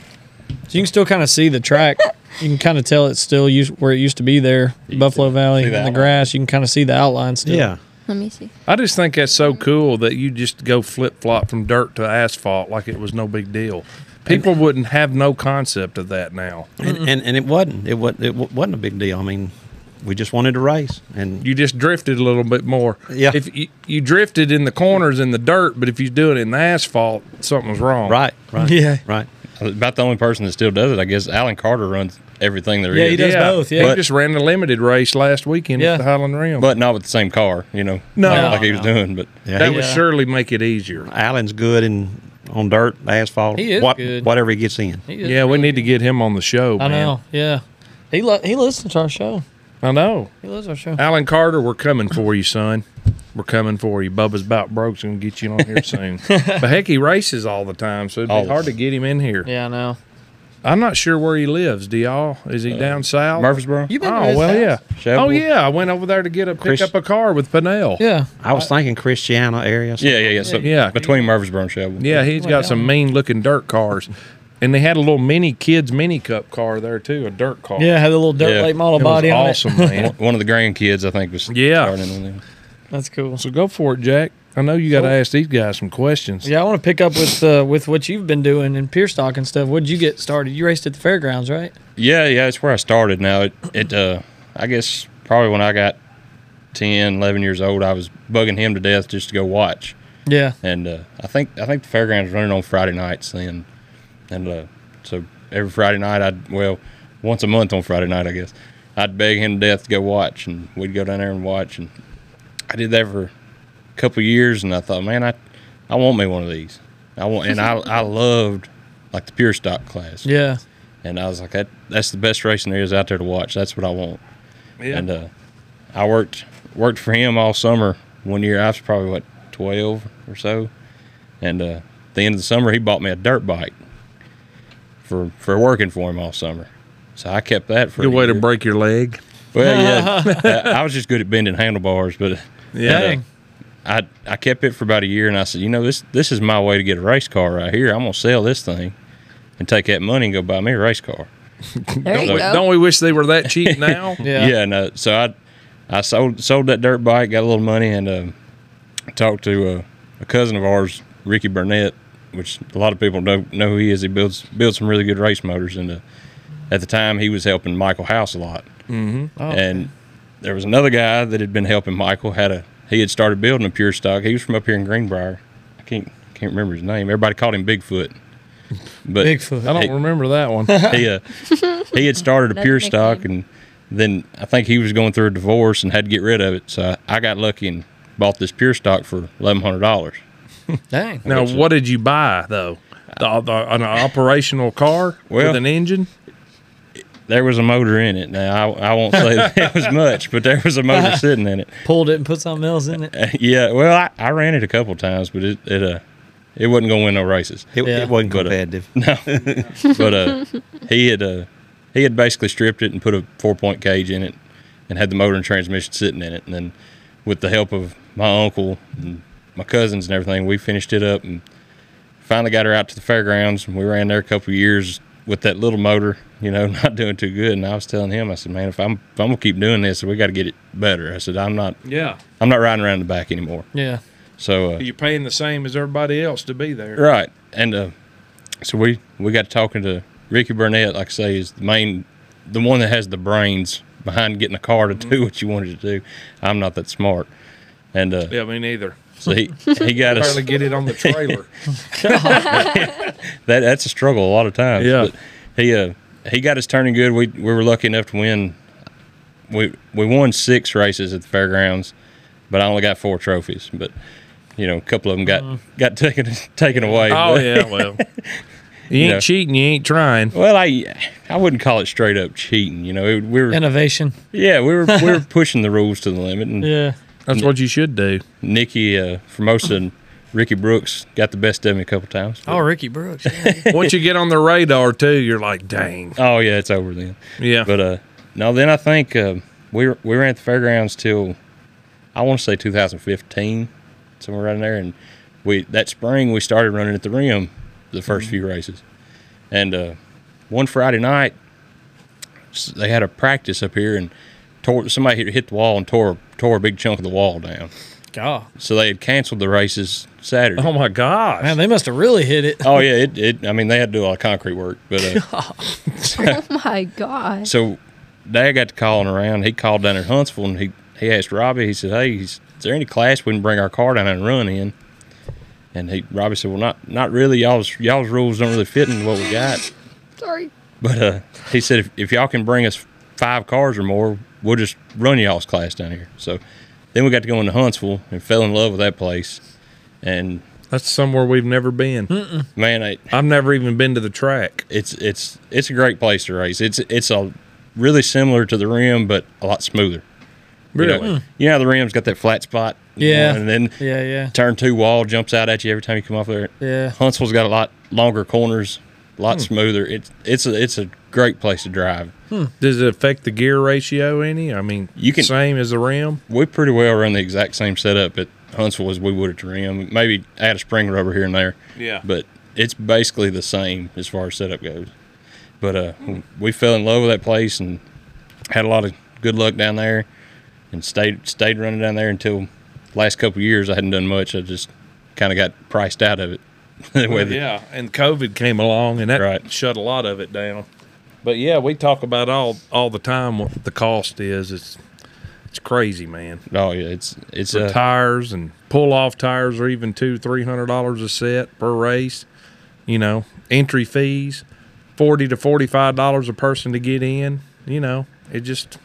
Speaker 2: you can still kind of see the track. You can kind of tell it's still used where it used to be there, Buffalo Valley,
Speaker 5: see
Speaker 2: in
Speaker 5: the
Speaker 2: the
Speaker 5: outline.
Speaker 2: grass. You can kind of see the outline still.
Speaker 7: [laughs] Yeah.
Speaker 4: let me see
Speaker 1: I just think that's so cool that you just go flip flop from dirt to asphalt like it was no big deal. People wouldn't have no concept of that now.
Speaker 7: And, and and it wasn't. It was. It wa- wasn't a big deal. I mean, we just wanted to race, and
Speaker 1: You just drifted a little bit more.
Speaker 7: Yeah.
Speaker 1: If you, you drifted in the corners in the dirt, but if you do it in the asphalt, something was wrong.
Speaker 7: right, right,
Speaker 2: Yeah.
Speaker 7: right.
Speaker 5: About the only person that still does it, I guess. Alan Carter runs everything there is,
Speaker 2: Yeah, he does. both, yeah.
Speaker 1: he
Speaker 2: But-
Speaker 1: just ran the limited race last weekend
Speaker 2: Yeah.
Speaker 1: at the Highland Rim.
Speaker 5: but not with the same car. You know,
Speaker 1: No.
Speaker 5: like, like
Speaker 2: No,
Speaker 5: he was doing. But
Speaker 7: Yeah,
Speaker 1: that
Speaker 7: he-
Speaker 1: would surely make it easier.
Speaker 7: Allen's good in on dirt, asphalt,
Speaker 2: He is
Speaker 7: what-
Speaker 2: good.
Speaker 7: whatever he gets in.
Speaker 2: He is-
Speaker 1: Yeah, we need to get him on the show.
Speaker 2: I
Speaker 1: man.
Speaker 2: know. Yeah. He lo- he listens to our show.
Speaker 1: I know.
Speaker 2: He loves our show.
Speaker 1: Alan Carter, we're coming for you, son. We're coming for you. Bubba's about broke, so we'll get you on here
Speaker 2: [laughs]
Speaker 1: soon. but heck, he races all the time, so it'd be
Speaker 5: Always.
Speaker 1: hard to get him in here.
Speaker 2: Yeah, I know.
Speaker 1: I'm not sure where he lives. Do y'all? Is
Speaker 2: Uh,
Speaker 1: he down south?
Speaker 5: Murfreesboro.
Speaker 2: You've been to
Speaker 1: Oh
Speaker 2: his
Speaker 1: well,
Speaker 2: house?
Speaker 1: yeah.
Speaker 5: Shovel.
Speaker 1: Oh yeah, I went over there to get a pick
Speaker 7: Chris-
Speaker 1: up a car with Pinnell.
Speaker 2: Yeah.
Speaker 7: I was thinking Christiana area.
Speaker 5: Yeah, yeah, yeah. So
Speaker 1: Yeah.
Speaker 5: between Murfreesboro and Shelby.
Speaker 1: yeah. He's got some mean looking dirt cars, and they had a little mini kids mini cup car there too, a dirt car.
Speaker 2: Yeah, had a little dirt
Speaker 5: Yeah.
Speaker 2: late model
Speaker 1: it was
Speaker 2: body on
Speaker 1: awesome, man.
Speaker 2: [laughs]
Speaker 5: One- One of the grandkids, I think, was
Speaker 1: Yeah.
Speaker 5: starting on them.
Speaker 2: it. That's cool.
Speaker 1: So go for it, Jack. I know you got to ask these guys some questions.
Speaker 2: Yeah, I want to pick up with uh, with what you've been doing in Pearstock and stuff. What'd you get started? You raced at the fairgrounds, right?
Speaker 5: Yeah, yeah, it's where I started. Now it, it uh, I guess probably when I got 10, 11 years old, I was bugging him to death just to go watch.
Speaker 2: Yeah.
Speaker 5: And uh, I think I think the fairgrounds running on Friday nights then, and uh, so every Friday night I'd well once a month on Friday night I guess I'd beg him to death to go watch, and we'd go down there and watch, and I did that for a couple years, and I thought, man, I I want me one of these. I want, and I I loved like the pure stock class.
Speaker 2: Yeah.
Speaker 5: And I was like, that that's the best racing there is out there to watch. That's what I want.
Speaker 1: Yeah.
Speaker 5: And uh, I worked worked for him all summer. One year I was probably what twelve or so. And uh, at the end of the summer, he bought me a dirt bike for for working for him all summer. So I kept that for a
Speaker 1: Good way to
Speaker 5: year.
Speaker 1: break your leg.
Speaker 5: Well, yeah,
Speaker 1: [laughs]
Speaker 5: I I was just good at bending handlebars, but
Speaker 1: Yeah.
Speaker 2: Dang.
Speaker 5: I I kept it for about a year, and I said, you know, this this is my way to get a race car right here. I'm gonna sell this thing and take that money and go buy me a race car.
Speaker 4: there you
Speaker 1: Don't we,
Speaker 4: go
Speaker 1: don't we wish they were that
Speaker 5: [laughs]
Speaker 1: cheap now?
Speaker 2: Yeah.
Speaker 5: Yeah. no. So I, I sold sold that dirt bike, got a little money, and uh, talked to a, a cousin of ours, Ricky Burnett, which a lot of people don't know who he is. He builds builds some really good race motors, and uh, at the time he was helping Michael House a lot.
Speaker 2: Oh.
Speaker 5: And there was another guy that had been helping Michael. Had a he had started building a pure stock. He was from up here in Greenbrier. I can't can't remember his name. Everybody called
Speaker 2: [laughs]
Speaker 5: him Bigfoot. But
Speaker 2: Bigfoot.
Speaker 1: I don't remember that one.
Speaker 5: he uh, he had started a
Speaker 4: Another
Speaker 5: pure stock
Speaker 4: nickname.
Speaker 5: and then I think he was going through a divorce and had to get rid of it. So I, I got lucky and bought this pure stock for eleven hundred dollars.
Speaker 2: Dang.
Speaker 1: Now, what did you buy though? The, the, an operational car
Speaker 5: Well-
Speaker 1: with an engine.
Speaker 5: There was a motor in it. Now I, I won't say that it was much, but there was a motor sitting in it. [laughs]
Speaker 2: Pulled it and put something else in
Speaker 1: [laughs]
Speaker 2: it.
Speaker 5: Uh, yeah, well I, I ran it a couple times, but it it uh it wasn't gonna win no races.
Speaker 7: It,
Speaker 2: Yeah.
Speaker 7: it wasn't
Speaker 5: But, uh,
Speaker 7: competitive.
Speaker 5: but uh, he had uh, he had basically stripped it and put a four point cage in it, and had the motor and transmission sitting in it. And then, with the help of my uncle and my cousins and everything, we finished it up and finally got her out to the fairgrounds. And we ran there a couple of years with that little motor, you know, [laughs] not doing too good. And I was telling him, I said, "Man, if I'm if I'm gonna keep doing this, we got to get it better." I said, "I'm not
Speaker 1: Yeah,
Speaker 5: I'm not riding around the back anymore."
Speaker 2: Yeah.
Speaker 5: So uh,
Speaker 1: you're paying the same as everybody else to be there.
Speaker 5: Right. And uh, so we we got talking to Ricky Burnett, like I say, is the main, the one that has the brains behind getting a car to
Speaker 1: Mm-hmm.
Speaker 5: do what you wanted to do. I'm not that smart. And uh,
Speaker 1: Yeah, me neither.
Speaker 5: so he,
Speaker 1: [laughs]
Speaker 5: he got us.
Speaker 1: Barely get it on the
Speaker 5: [laughs]
Speaker 1: trailer.
Speaker 5: that that's a struggle a lot of times.
Speaker 1: Yeah.
Speaker 5: But he uh he got us turning good. We we were lucky enough to win. We we won six races at the fairgrounds, but I only got four trophies. But you know, a couple of them got got taken [laughs] taken away.
Speaker 1: Mm-hmm. oh
Speaker 5: But-
Speaker 1: yeah, well, you ain't
Speaker 5: know.
Speaker 1: cheating, you ain't trying.
Speaker 5: Well, I I wouldn't call it straight up cheating. You know, it, we
Speaker 2: uh,
Speaker 5: were
Speaker 2: Innovation.
Speaker 5: yeah we were we were pushing the rules to the limit. And
Speaker 2: Yeah.
Speaker 1: That's what you should do.
Speaker 5: Nikki uh, Formosa and Ricky Brooks got the best of me a couple times. but-
Speaker 2: Oh, Ricky
Speaker 1: [laughs]
Speaker 2: Brooks. yeah.
Speaker 1: Once you get on the radar too, you're like, dang.
Speaker 5: oh yeah, it's over then.
Speaker 1: Yeah,
Speaker 5: But uh, no, then I think uh, we were- we ran at the fairgrounds till I want to say 2015, somewhere right in there. And we that spring we started running at the rim the 1st few races. And uh, one Friday night s- they had a practice up here and tore somebody hit- hit the wall and tore tore a big chunk of the wall down.
Speaker 2: God.
Speaker 5: So they had canceled the races Saturday.
Speaker 1: Oh my gosh.
Speaker 2: Man, they must have really hit it.
Speaker 5: Oh yeah, it, it. I mean, they had to do a lot of concrete work, but uh,
Speaker 4: My God.
Speaker 5: So Dad got to calling around. He called down at Huntsville and he, he asked Robbie, he said, Hey, is there any class we can bring our car down and run in? And he Robbie said, Well not not really, y'all's y'all's rules don't really fit into what we got.
Speaker 4: Sorry.
Speaker 5: But uh he said if, if y'all can bring us five cars or more, we'll just run y'all's class down here. So then we got to go into Huntsville and fell in love with that place. And
Speaker 1: That's somewhere we've never been.
Speaker 5: man, I,
Speaker 1: I've never even been to the track.
Speaker 5: it's it's it's a great place to race. It's it's a really similar to the rim, but a lot smoother. You know-
Speaker 1: Really?
Speaker 5: You know, how the rim's got that flat spot.
Speaker 2: Hmm. Yeah.
Speaker 5: And then
Speaker 2: Yeah, yeah.
Speaker 5: turn two wall jumps out at you every time you come off there.
Speaker 2: Yeah. Hmm.
Speaker 5: Huntsville's got a lot longer corners, a lot smoother. It's it's a it's a great place to drive.
Speaker 1: Does it affect the gear ratio any? I mean,
Speaker 5: You can-
Speaker 1: same as the rim.
Speaker 5: We pretty well run the exact same setup at Huntsville as we would at the rim. Maybe add a spring rubber here and there.
Speaker 1: Yeah.
Speaker 5: But it's basically the same as far as setup goes. But uh, we fell in love with that place and had a lot of good luck down there, and stayed stayed running down there until last couple of years. I hadn't done much. I just kind of got priced out of it. [laughs] With it.
Speaker 1: yeah, and COVID came along, and that
Speaker 5: Right.
Speaker 1: shut a lot of it down. But yeah, we talk about all all the time what the cost is. It's it's crazy, man.
Speaker 5: Oh yeah, it's it's
Speaker 1: The
Speaker 5: uh,
Speaker 1: tires and pull off tires are even two three hundred dollars a set per race. You know, entry fees forty to forty five dollars a person to get in. You know, it just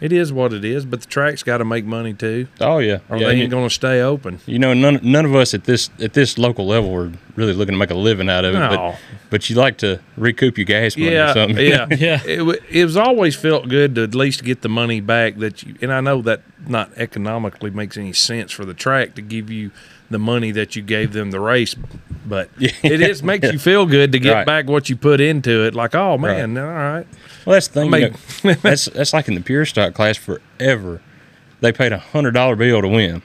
Speaker 1: it is what it is. But the track's got to make money too,
Speaker 5: oh yeah.
Speaker 1: or
Speaker 5: yeah
Speaker 1: they
Speaker 5: you-
Speaker 1: ain't gonna stay open.
Speaker 5: You know, none none of us at this at this local level are really looking to make a living out of it.
Speaker 1: No.
Speaker 5: But, but you like to recoup your gas money or
Speaker 1: Yeah,
Speaker 5: something.
Speaker 1: yeah,
Speaker 2: Yeah.
Speaker 1: It, wa- it was always felt good to at least get the money back that you. And I know that not economically makes any sense for the track to give you the money that you gave them the race,
Speaker 5: [laughs]
Speaker 1: but it is makes you feel good to get
Speaker 5: Right.
Speaker 1: back what you put into it. Like, oh man, all right,
Speaker 5: [laughs] well, that's the thing.
Speaker 1: I
Speaker 5: you
Speaker 1: mean-
Speaker 5: know, that's that's like in the pure stock class forever. They paid a hundred dollar bill to win.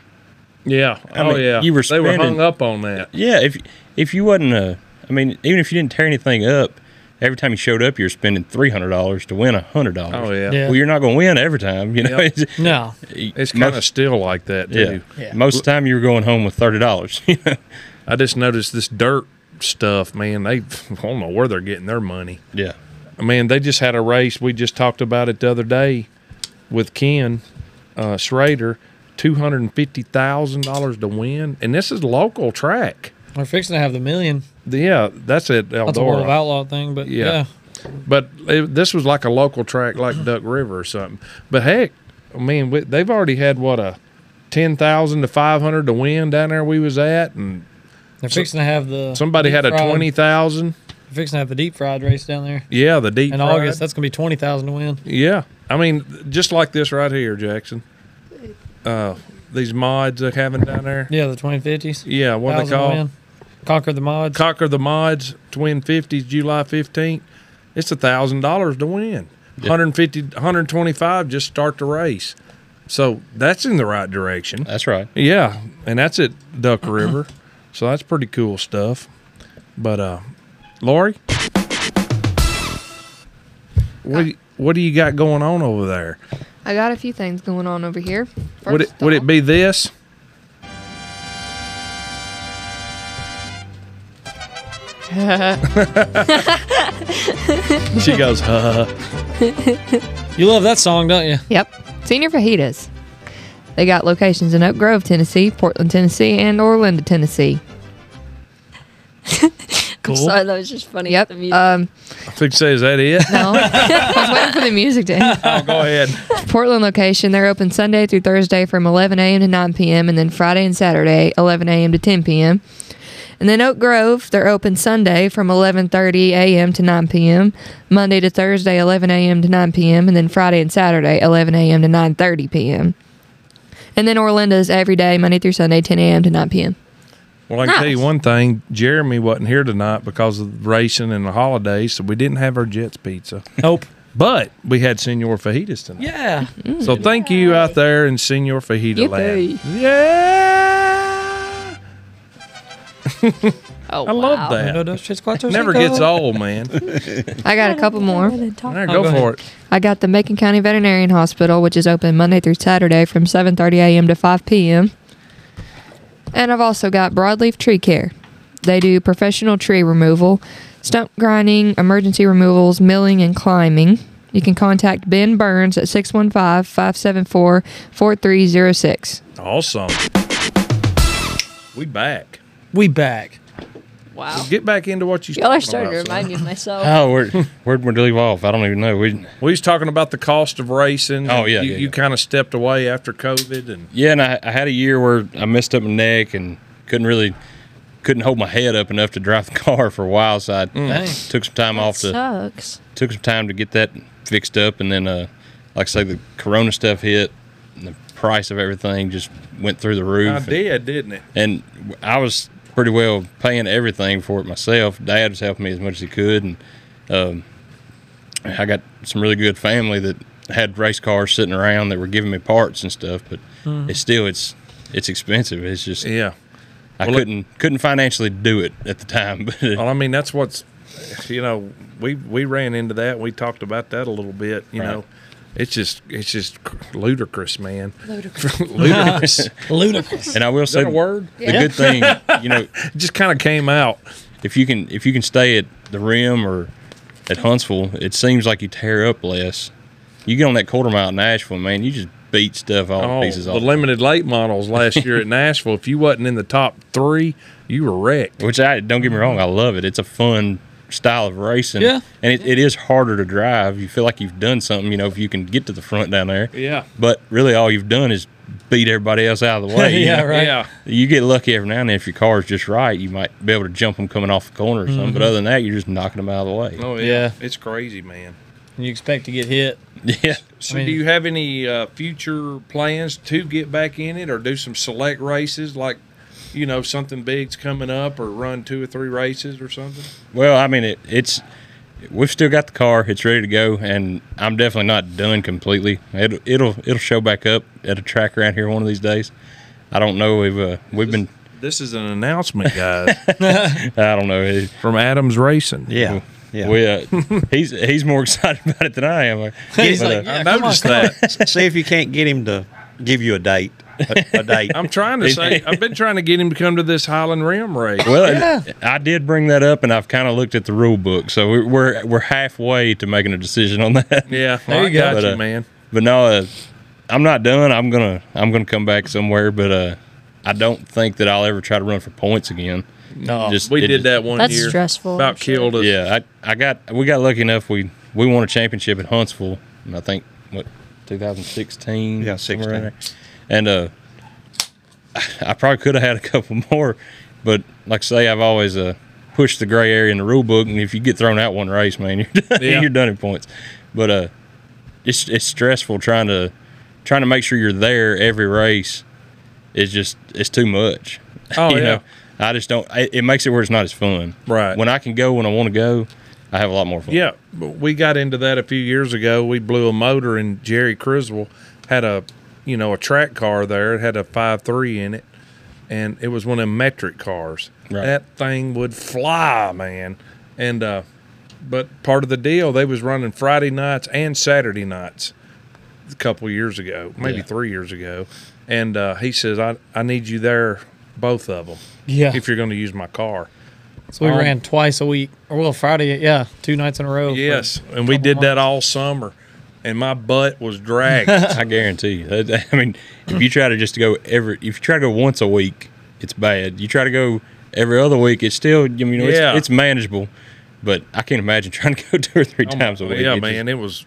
Speaker 1: yeah, oh
Speaker 5: mean,
Speaker 1: yeah.
Speaker 5: you were
Speaker 1: they were hung
Speaker 5: spending-
Speaker 1: up on that.
Speaker 5: Yeah, if if you wasn't a, I mean, even if you didn't tear anything up, every time you showed up, you were spending three hundred dollars to win a hundred dollars.
Speaker 1: Oh yeah,
Speaker 2: Yeah.
Speaker 5: Well, you're not going to win every time, you know.
Speaker 1: Yep.
Speaker 5: [laughs] It's-
Speaker 2: No.
Speaker 1: it's kind of still like that too.
Speaker 5: yeah.
Speaker 2: Yeah.
Speaker 5: Most of the time, you were going home with thirty dollars. [laughs]
Speaker 1: I just noticed this dirt stuff, man. They [laughs] I don't know where they're getting their money.
Speaker 5: yeah.
Speaker 1: I mean, they just had a race. We just talked about it the other day with Ken uh, Schrader, two hundred and fifty thousand dollars to win, and this is local track.
Speaker 2: We're fixing to have the million.
Speaker 1: Yeah, that's it,
Speaker 2: That's a World of
Speaker 1: Eldora.
Speaker 2: Outlaw thing, but
Speaker 1: Yeah.
Speaker 2: yeah.
Speaker 1: But it, this was like a local track,
Speaker 2: [clears throat]
Speaker 1: like Duck River or something. But heck, I mean, we, they've already had what a ten thousand to five hundred to win down there we was at, and
Speaker 2: They're fixing to have the
Speaker 1: Somebody
Speaker 2: deep
Speaker 1: had a
Speaker 2: fried-
Speaker 1: twenty thousand.
Speaker 2: They're fixing to have the deep fried race down there
Speaker 1: Yeah, the deep
Speaker 2: in
Speaker 1: fried.
Speaker 2: August. That's gonna be twenty thousand to win.
Speaker 1: Yeah, I mean, just like this right here, Jackson. Uh, these mods they're having down there.
Speaker 2: Yeah, the twenty fifties.
Speaker 1: Yeah, what do they call
Speaker 2: Conquer the mods.
Speaker 1: Cocker the mods twin fifties July fifteenth. It's a thousand dollars to win. 150, 125 just start the race. So that's in the right direction.
Speaker 5: That's right.
Speaker 1: Yeah, and that's at Duck River. so that's pretty cool stuff. But uh Lori, what what do you got going on over there?
Speaker 9: I got a few things going on over here. First
Speaker 1: would it would
Speaker 9: off-
Speaker 1: it be this? she goes, huh.
Speaker 2: You love that song, don't you?
Speaker 9: Yep. Senior fajitas. They got locations
Speaker 4: Oh.
Speaker 9: in Oak Grove, Tennessee, Portland, Tennessee, and Orlando,
Speaker 4: [laughs]
Speaker 9: Tennessee.
Speaker 2: Cool.
Speaker 4: Sorry, that was just funny.
Speaker 9: Yep.
Speaker 4: The music.
Speaker 9: Um,
Speaker 1: I think say, is that it?
Speaker 9: no.
Speaker 4: [laughs]
Speaker 9: I was waiting for the music to end.
Speaker 1: [laughs] oh, go ahead.
Speaker 9: Portland location, they're open Sunday through Thursday from 11 a.m. to 9 p.m. and then Friday and Saturday 11 a.m. to 10 p.m. And then Oak Grove, they're open Sunday from 11:30 a.m. to 9 p.m., Monday to Thursday 11 a.m. to 9 p.m., and then Friday and Saturday 11 a.m. to 9:30 p.m. And then Orlando's every day Monday through Sunday 10 a.m. to 9 p.m.
Speaker 1: Well, I can tell you one thing. Jeremy wasn't here tonight because of racing and the holidays, so we didn't have our Jets pizza.
Speaker 2: Nope.
Speaker 1: But we had Senor Fajitas tonight.
Speaker 2: Yeah.
Speaker 4: Mm.
Speaker 1: So thank you out there in Senor Fajita Land. Yeah.
Speaker 4: oh,
Speaker 1: [laughs] I love that. Never gets old,
Speaker 4: [laughs]
Speaker 1: man.
Speaker 9: I got a couple more.
Speaker 1: There,
Speaker 2: Oh,
Speaker 1: go
Speaker 2: go
Speaker 1: for it.
Speaker 9: I got the Macon County Veterinarian Hospital, which is open Monday through Saturday from 7:30 a.m. to 5 p.m. And I've also got Broadleaf Tree Care. They do professional tree removal, stump grinding, emergency removals, milling, and climbing. You can contact Ben Burns at 615-574-4306.
Speaker 1: Awesome. We back.
Speaker 2: We back.
Speaker 4: Wow.
Speaker 1: Get back into what you
Speaker 4: Y'all are
Speaker 1: was
Speaker 4: starting
Speaker 1: talking
Speaker 4: to
Speaker 1: about. son.
Speaker 7: [laughs]
Speaker 4: remind me of myself.
Speaker 5: Oh, where where'd we leave off? I don't even know. We
Speaker 1: We was talking about the cost of racing.
Speaker 5: Oh, yeah,
Speaker 1: You,
Speaker 5: yeah,
Speaker 1: you
Speaker 5: yeah.
Speaker 1: kind of stepped away after COVID, and
Speaker 5: yeah, and I, I had a year where I messed up my neck and couldn't really couldn't hold my head up enough to drive the [laughs] car for a while. So I took some time off to
Speaker 4: Sucks.
Speaker 5: took some time to get that fixed up, and then uh, like I say, the Corona stuff hit, and the price of everything just went through the roof.
Speaker 1: I did, didn't it?
Speaker 5: and I was pretty well paying everything for it myself. Dad was helping me as much as he could, and um, I got some really good family that had race cars sitting around that were giving me parts and stuff. But it's still it's it's expensive. It's just
Speaker 1: Yeah.
Speaker 5: I
Speaker 1: well, Oh. it-
Speaker 5: couldn't couldn't financially do it at the time. [laughs] But
Speaker 1: Well, I mean, that's what's, you know, we we ran into that. We talked about that a little bit. You
Speaker 5: Right.
Speaker 1: know, it's just it's just ludicrous, man. Ludicrous. [laughs] ludicrous. Is
Speaker 2: Ludicrous.
Speaker 5: and I will say
Speaker 1: that a word?
Speaker 5: The good thing, you know,
Speaker 1: [laughs] It just kind of came out.
Speaker 5: if you can if you can stay at the rim or at Huntsville, it seems like you tear up less. You get on that quarter mile in Nashville, man, you just beat stuff all
Speaker 1: Oh,
Speaker 5: to pieces.
Speaker 1: the
Speaker 5: All
Speaker 1: limited late models last year at Nashville. If you wasn't in the top three, you were wrecked.
Speaker 5: which I don't get me wrong, I love it. It's a fun style of racing.
Speaker 2: Yeah.
Speaker 5: And it, it is harder to drive. You feel like you've done something, you know, if you can get to the front down there.
Speaker 1: Yeah.
Speaker 5: But really all you've done is beat everybody else out
Speaker 1: [laughs]
Speaker 5: of the way. you
Speaker 2: Yeah,
Speaker 5: know?
Speaker 2: Right.
Speaker 1: Yeah.
Speaker 5: You get lucky every now and then if your car's just right, you might be able to jump them coming off the corner or something. But other than that, you're just knocking them out of the way.
Speaker 1: Mm-hmm. Oh
Speaker 2: Yeah.
Speaker 1: It's crazy, man.
Speaker 2: You expect to get hit.
Speaker 5: [laughs] Yeah.
Speaker 1: So,
Speaker 2: I mean-
Speaker 1: do you have any uh, future plans to get back in it, or do some select races, like you know something big's coming up, or run two or three races or something?
Speaker 5: Well, I mean, it, it's we've still got the car; it's ready to go, and I'm definitely not done completely. It, it'll it'll show back up at a track around here one of these days. I don't know if uh, we've been.
Speaker 1: This is an announcement, guys, [laughs]
Speaker 5: I don't know. It-
Speaker 1: from Adams Racing.
Speaker 5: [laughs]
Speaker 7: Yeah. Yeah.
Speaker 5: We, uh, he's he's more [laughs] excited about it than I am. Like,
Speaker 2: He's
Speaker 5: but,
Speaker 2: like,
Speaker 5: uh,
Speaker 2: yeah,
Speaker 1: I
Speaker 2: come
Speaker 1: noticed
Speaker 2: on, come on.
Speaker 1: that.
Speaker 7: See if you can't get him to give you a date. A,
Speaker 5: [laughs]
Speaker 7: a date.
Speaker 1: I'm trying to say, I've been trying to get him to come to this Highland Rim race.
Speaker 5: Well, I did bring that up, and I've kind of looked at the rule book, so we're, we're we're halfway to making a decision on [laughs] that.
Speaker 1: Yeah,
Speaker 2: There
Speaker 1: I
Speaker 2: you go.
Speaker 1: got
Speaker 5: But,
Speaker 1: you,
Speaker 5: uh,
Speaker 1: man.
Speaker 5: but no, uh, I'm not done. I'm gonna I'm gonna come back somewhere, but uh, I don't think that I'll ever try to run for points again.
Speaker 2: No.
Speaker 5: Just
Speaker 1: We
Speaker 5: it
Speaker 1: did
Speaker 5: just-
Speaker 1: that one
Speaker 4: That's
Speaker 1: year.
Speaker 4: stressful,
Speaker 1: About
Speaker 4: I'm sure.
Speaker 1: killed us.
Speaker 5: Yeah, I, I got we got lucky enough we we won a championship at Huntsville, and I think what 2016.
Speaker 7: Yeah,
Speaker 5: somewhere
Speaker 7: 16.
Speaker 5: in there. And uh, I probably could have had a couple [laughs] more. But like I say, I've always uh, pushed the gray area in the rule book, and if you get thrown out one race, man, [laughs] you're done,
Speaker 1: Yeah.
Speaker 5: you're done in points. But uh, it's it's stressful trying to trying to make sure you're there every race. It's just it's too much. [laughs]
Speaker 1: Oh, yeah.
Speaker 5: I just don't. It, it makes it where it's not as fun.
Speaker 1: Right.
Speaker 5: When I can go when I want to go, I have a lot more fun.
Speaker 1: Yeah, but we got into that a few years ago. We blew a motor, and Jerry Criswell had a, you know, a track car there. It had a five three in it, and it was one of them metric cars.
Speaker 5: Right.
Speaker 1: That thing would fly, man. And uh, but part of the deal, they was running Friday nights and Saturday nights a couple years ago, maybe
Speaker 5: Yeah.
Speaker 1: three years ago. And uh, he says, I, I need you there, both of them,
Speaker 2: Yeah.
Speaker 1: if you're going to use my car.
Speaker 2: So we
Speaker 1: Um,
Speaker 2: ran twice a week, or well, Friday, yeah, two nights in a [laughs] row. for
Speaker 1: Yes,
Speaker 2: a
Speaker 1: and we
Speaker 2: couple
Speaker 1: did that
Speaker 2: months.
Speaker 1: all summer, and my butt was dragged.
Speaker 5: [laughs] I guarantee you. That- I mean, if you try to just go every, if you try to go once a week, it's bad. You try to go every other week, it's still, I mean,
Speaker 1: Yeah.
Speaker 5: it's, it's manageable. But I can't imagine [laughs] trying to go two or three times a week.
Speaker 1: Oh, yeah,
Speaker 5: It just-
Speaker 1: man, it was.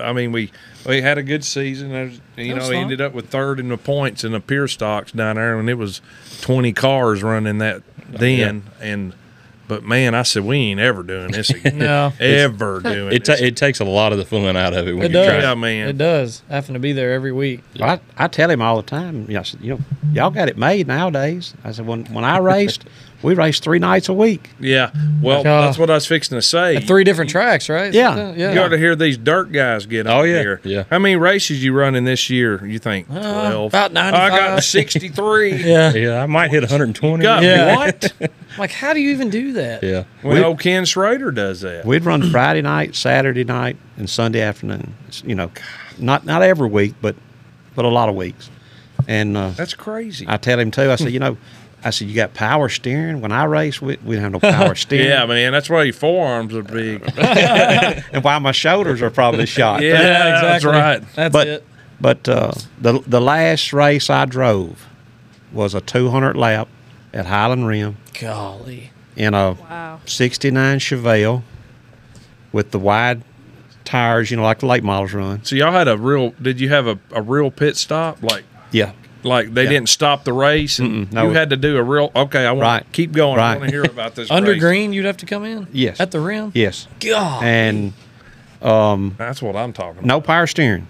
Speaker 1: I mean, we we had a good season. There's- You
Speaker 2: That was
Speaker 1: know,
Speaker 2: fun.
Speaker 1: ended up with third in the points in the pier stocks down there, and it was twenty cars running that then. And but man, I said we ain't ever doing this again.
Speaker 2: No.
Speaker 1: ever doing
Speaker 5: it,
Speaker 1: it.
Speaker 5: ta- it takes a lot of the fun out of it when
Speaker 2: It
Speaker 5: you're
Speaker 2: does.
Speaker 5: trying.
Speaker 1: Yeah, man.
Speaker 2: It does. Having to be there every week.
Speaker 7: Well, I, I tell him all the time, you know, I said, you know, y'all got it made nowadays. I said, when, when I raced, [laughs] we raced three nights a week.
Speaker 1: yeah. Well,
Speaker 2: Yeah.
Speaker 1: that's what I was fixing to say.
Speaker 2: At three different tracks, right?
Speaker 7: Yeah.
Speaker 2: Something-
Speaker 1: You ought
Speaker 2: Yeah.
Speaker 1: to hear these dirt guys get
Speaker 5: Oh,
Speaker 1: on
Speaker 5: yeah,
Speaker 1: here.
Speaker 5: yeah.
Speaker 1: How many races you running this year? You think twelve?
Speaker 2: about
Speaker 1: I
Speaker 2: 95.
Speaker 1: got sixty three.
Speaker 2: Yeah.
Speaker 5: Yeah, I might hit 120.
Speaker 1: God,
Speaker 2: Yeah.
Speaker 1: what?
Speaker 2: Like, how do you even do that?
Speaker 5: Yeah.
Speaker 1: Well, old Ken Schrader does that.
Speaker 2: [clears throat]
Speaker 7: We'd run Friday night, Saturday night, and Sunday afternoon. It's, you know, not not every week, but but a lot of weeks. And uh,
Speaker 1: That's crazy.
Speaker 7: I tell him too.
Speaker 2: [laughs]
Speaker 7: I said, you know, I said you got power steering. When I race, we we don't have
Speaker 2: [laughs]
Speaker 7: no power steering.
Speaker 1: yeah, man. That's why your forearms are big. yeah,
Speaker 7: and why my shoulders are
Speaker 2: [laughs]
Speaker 7: probably shot.
Speaker 1: that's
Speaker 2: exactly.
Speaker 1: right.
Speaker 2: That's
Speaker 7: but
Speaker 2: it.
Speaker 7: but uh, the the last race I drove was a 200 lap at Highland Rim
Speaker 2: Golly.
Speaker 7: in a
Speaker 4: Wow.
Speaker 7: 69 Chevelle with the wide tires, you know, like the late models run.
Speaker 1: So y'all had a real? Did you have a, a real pit stop? Like,
Speaker 7: Yeah.
Speaker 1: like they
Speaker 7: Yeah.
Speaker 1: didn't stop the race, and
Speaker 7: Mm-mm, no.
Speaker 1: you had to do a real. Okay, I want
Speaker 7: Right.
Speaker 1: to keep going. I
Speaker 7: Right.
Speaker 1: want to hear about this.
Speaker 2: [laughs] Under
Speaker 1: race.
Speaker 2: green, you'd have to come in?
Speaker 7: Yes.
Speaker 2: At the rim?
Speaker 7: Yes.
Speaker 2: God.
Speaker 7: And
Speaker 1: That's what I'm talking about.
Speaker 7: no power steering.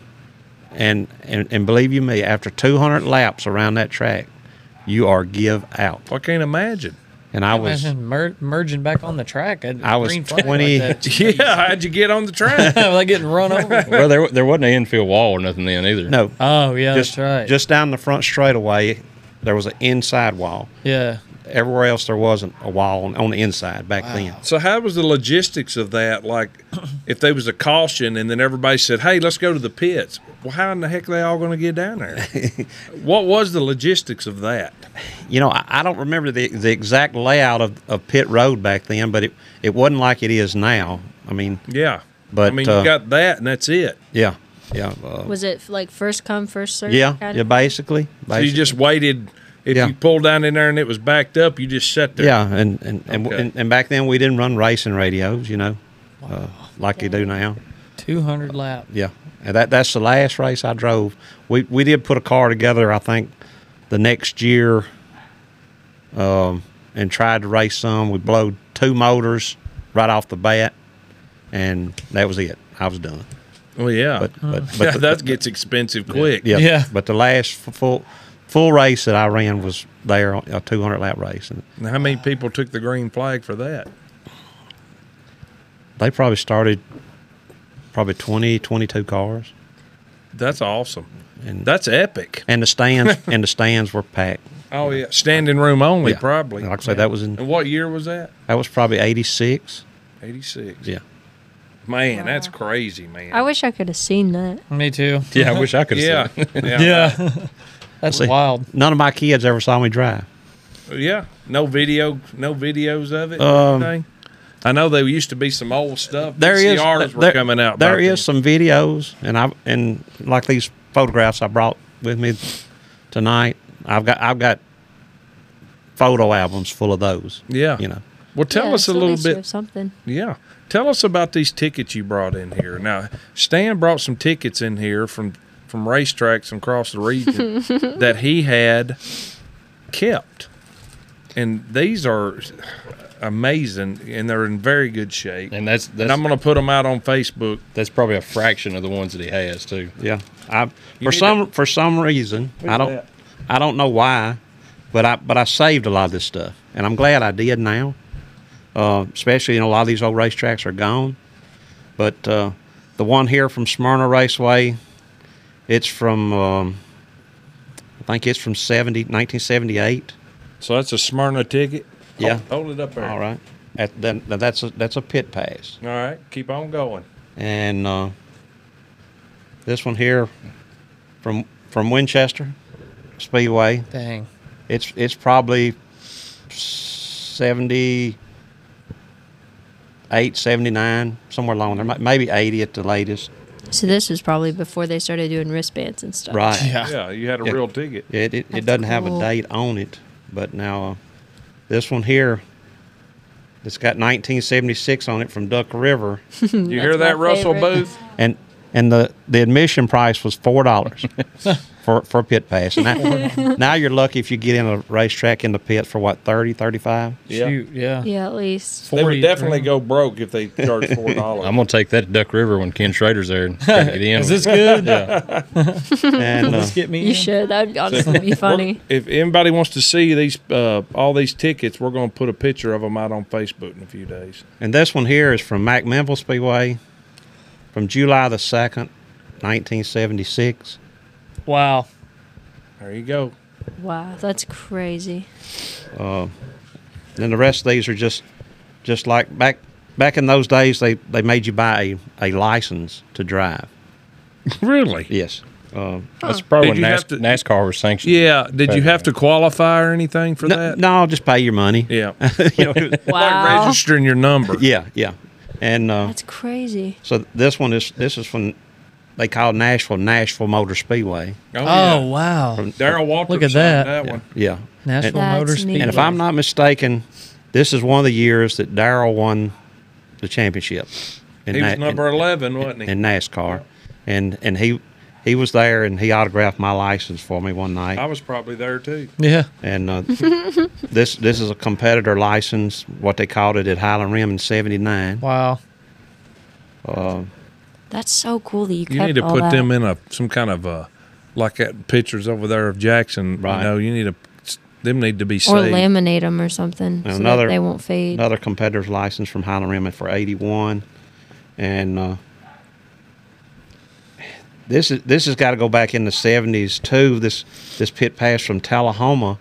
Speaker 7: And, and and believe you me, after 200 laps around that track, you are give out.
Speaker 1: I can't imagine.
Speaker 7: And I was
Speaker 2: Imagine mer- merging back on the track. at
Speaker 7: I was
Speaker 2: green flag
Speaker 7: 20
Speaker 2: Like, that.
Speaker 1: [laughs] Yeah, how'd you get on the track?
Speaker 2: [laughs] like getting run
Speaker 5: [laughs]
Speaker 2: over.
Speaker 5: Well, there, there wasn't an infield wall or nothing then either.
Speaker 7: no
Speaker 2: Oh, yeah,
Speaker 7: just
Speaker 2: that's right.
Speaker 7: just down the front straightaway. There was an inside wall.
Speaker 2: yeah.
Speaker 7: Everywhere else, there wasn't a wall on, on the inside back then.
Speaker 1: So how was the logistics of that? Like, if there was a caution and then everybody said, "Hey, let's go to the pits," well, how in the heck are they all going to get down
Speaker 7: [laughs]
Speaker 1: there? what was the logistics of that?
Speaker 7: You know, I, I don't remember the, the exact layout of, of pit road back then, but it, it wasn't like it is now. I mean,
Speaker 1: Yeah,
Speaker 7: But,
Speaker 1: I mean,
Speaker 7: uh,
Speaker 1: you got that, and that's it.
Speaker 7: yeah, yeah, uh,
Speaker 4: Was it like first come, first served?
Speaker 7: yeah,
Speaker 4: kind
Speaker 7: yeah.
Speaker 4: of?
Speaker 7: Basically,
Speaker 1: So you
Speaker 7: basically.
Speaker 1: just waited. If
Speaker 7: Yeah.
Speaker 1: you pulled down in there and it was backed up, you just sat there.
Speaker 7: yeah, and and, and,
Speaker 1: Okay.
Speaker 7: and and back then we didn't run racing radios, you know, uh, like they do now.
Speaker 2: 200 lap.
Speaker 7: Yeah, and that that's the last race I drove. We we did put a car together, I think, the next year, um, and tried to race some. We blowed two motors right off the bat, and that was it. I was done.
Speaker 1: Well, yeah,
Speaker 7: But but,
Speaker 1: [laughs]
Speaker 7: but
Speaker 1: yeah,
Speaker 7: the-
Speaker 1: that gets expensive quick.
Speaker 7: yeah,
Speaker 2: Yeah.
Speaker 7: But the last f- full full race that I ran was there on a 200 lap race, and
Speaker 1: And how many people took the green flag for that?
Speaker 7: they probably started probably 20, 22 cars,
Speaker 1: That's awesome.
Speaker 7: and
Speaker 1: That's epic.
Speaker 7: and
Speaker 1: [laughs]
Speaker 7: the stands and the stands were packed.
Speaker 1: Oh yeah, standing room only,
Speaker 7: Yeah.
Speaker 1: probably.
Speaker 7: Like I say, that was in
Speaker 1: And what year was that?
Speaker 7: that was probably 86.
Speaker 1: Eighty six.
Speaker 7: Yeah.
Speaker 1: Man, that's crazy, man.
Speaker 4: I wish I could have seen that.
Speaker 2: Me too.
Speaker 5: Yeah, I wish I could
Speaker 1: yeah,
Speaker 5: have yeah.
Speaker 1: yeah,
Speaker 2: Yeah. that's
Speaker 7: See,
Speaker 2: wild.
Speaker 7: None of my kids ever saw me drive.
Speaker 1: yeah. No video, no videos of it.
Speaker 7: Um,
Speaker 1: anything? I know there used to be some old stuff.
Speaker 7: There is uh,
Speaker 1: VCRs were
Speaker 7: there-
Speaker 1: coming out.
Speaker 7: There
Speaker 1: back then.
Speaker 7: is some videos, and I and like these photographs I brought with me tonight. I've got I've got photo albums full of those.
Speaker 1: Yeah.
Speaker 7: you know.
Speaker 1: Well, tell
Speaker 4: Yeah,
Speaker 1: us a
Speaker 4: so at
Speaker 1: little
Speaker 4: least you
Speaker 1: bit.
Speaker 4: have Something.
Speaker 1: Yeah. Tell us about these tickets you brought in here. Now, Stan brought some tickets in here from from
Speaker 4: [laughs]
Speaker 1: racetracks from across the region that he had kept. and these are amazing, and they're in very good shape.
Speaker 5: [laughs] And that's that's
Speaker 1: and I'm going to put them out on Facebook.
Speaker 5: that's probably a fraction of the ones that he has too.
Speaker 7: Yeah, I for
Speaker 1: need
Speaker 7: some for some reason I don't I don't know why, but I but I saved a lot of this stuff, and I'm glad I did now. Uh, especially, you know, a lot of these old racetracks are gone, but uh, the one here from Smyrna Raceway, it's from um, I think it's from 70, 1978.
Speaker 1: So that's a Smyrna ticket.
Speaker 7: Yeah.
Speaker 1: Hold, hold it up there.
Speaker 7: All right, At, then, now that's a, that's a pit pass.
Speaker 1: All right. Keep on going.
Speaker 7: and uh, this one here from from Winchester Speedway.
Speaker 2: Dang.
Speaker 7: It's it's probably 78, 79, somewhere along there, mi- maybe 80 at the latest.
Speaker 4: So this was probably before they started doing wristbands and stuff.
Speaker 7: Right.
Speaker 1: Yeah. you had a
Speaker 7: Yeah.
Speaker 1: real ticket.
Speaker 7: It it,
Speaker 4: That's
Speaker 7: it doesn't have
Speaker 4: cool.
Speaker 7: a date on it, but now uh, this one here. It's got 1976 on it from Duck River,
Speaker 1: You hear
Speaker 4: my
Speaker 1: that, Russell
Speaker 4: favorite.
Speaker 1: Booth?
Speaker 7: and and the, the admission price was
Speaker 1: [laughs]
Speaker 7: four dollars for for a pit pass. And that, now you're lucky if you get in a racetrack in the pit for what 30, 35?
Speaker 1: Yeah.
Speaker 2: Shoot, yeah.
Speaker 4: Yeah, at least.
Speaker 1: They
Speaker 2: 40
Speaker 1: would definitely
Speaker 2: grand.
Speaker 1: go broke if they charged four dollars.
Speaker 5: I'm gonna take that to Duck River when Ken Schrader's there and try to
Speaker 1: [laughs]
Speaker 5: get in.
Speaker 2: Is this good?
Speaker 7: And uh,
Speaker 2: Let's get me.
Speaker 4: You
Speaker 2: in.
Speaker 4: should.
Speaker 7: [laughs]
Speaker 4: That would honestly be funny.
Speaker 1: if anybody wants to see these, uh, all these tickets, we're going to put a picture of them out on Facebook in a few days.
Speaker 7: and this one here is from Mac Memphis Speedway, from July the second, nineteen seventy six.
Speaker 2: Wow.
Speaker 1: There you go.
Speaker 4: Wow, that's crazy.
Speaker 7: Then the rest of these are just just like back back in those days they, they made you buy a, a license to drive.
Speaker 1: Really?
Speaker 7: Yes. Uh,
Speaker 5: That's probably
Speaker 1: Did
Speaker 5: when
Speaker 1: you have
Speaker 5: NAS-
Speaker 1: to-
Speaker 5: NASCAR was sanctioned.
Speaker 1: Yeah. Did you have to qualify or anything for
Speaker 7: no,
Speaker 1: that?
Speaker 7: no, just pay your money.
Speaker 1: Yeah.
Speaker 7: You know,
Speaker 1: Like
Speaker 4: Wow.
Speaker 1: registering your number.
Speaker 7: yeah, yeah. And uh,
Speaker 4: That's crazy.
Speaker 7: So this one is this is from they call Nashville Nashville Motor Speedway.
Speaker 1: Oh,
Speaker 2: Oh,
Speaker 1: yeah.
Speaker 2: wow.
Speaker 1: Daryl Walter.
Speaker 2: Look at
Speaker 1: signed
Speaker 2: that.
Speaker 1: one.
Speaker 7: Yeah.
Speaker 2: Nashville
Speaker 4: That's
Speaker 2: Motor
Speaker 4: neat.
Speaker 2: Speedway.
Speaker 7: And if I'm not mistaken, this is one of the years that Darrell won the championship. In
Speaker 1: He was
Speaker 7: Na-
Speaker 1: number
Speaker 7: in,
Speaker 1: eleven, wasn't he?
Speaker 7: in NASCAR, and and he he was there and he autographed my license for me one night.
Speaker 1: I was probably there too.
Speaker 2: Yeah.
Speaker 7: And uh, this this is a competitor license, what they called it at Highland Rim in '79.
Speaker 2: Wow.
Speaker 4: That's so cool that you kept
Speaker 1: You need to
Speaker 4: all
Speaker 1: put
Speaker 4: that.
Speaker 1: them in a some kind of a like that pictures over there of Jackson.
Speaker 7: Right.
Speaker 1: You know, you need to them need to be
Speaker 4: or
Speaker 1: saved.
Speaker 4: laminate them or something so
Speaker 7: Another-
Speaker 4: that they won't fade.
Speaker 7: another competitor's license from Highland Rim for 81. And uh, this is this has got to go back in the 70s too. This this pit pass from Tullahoma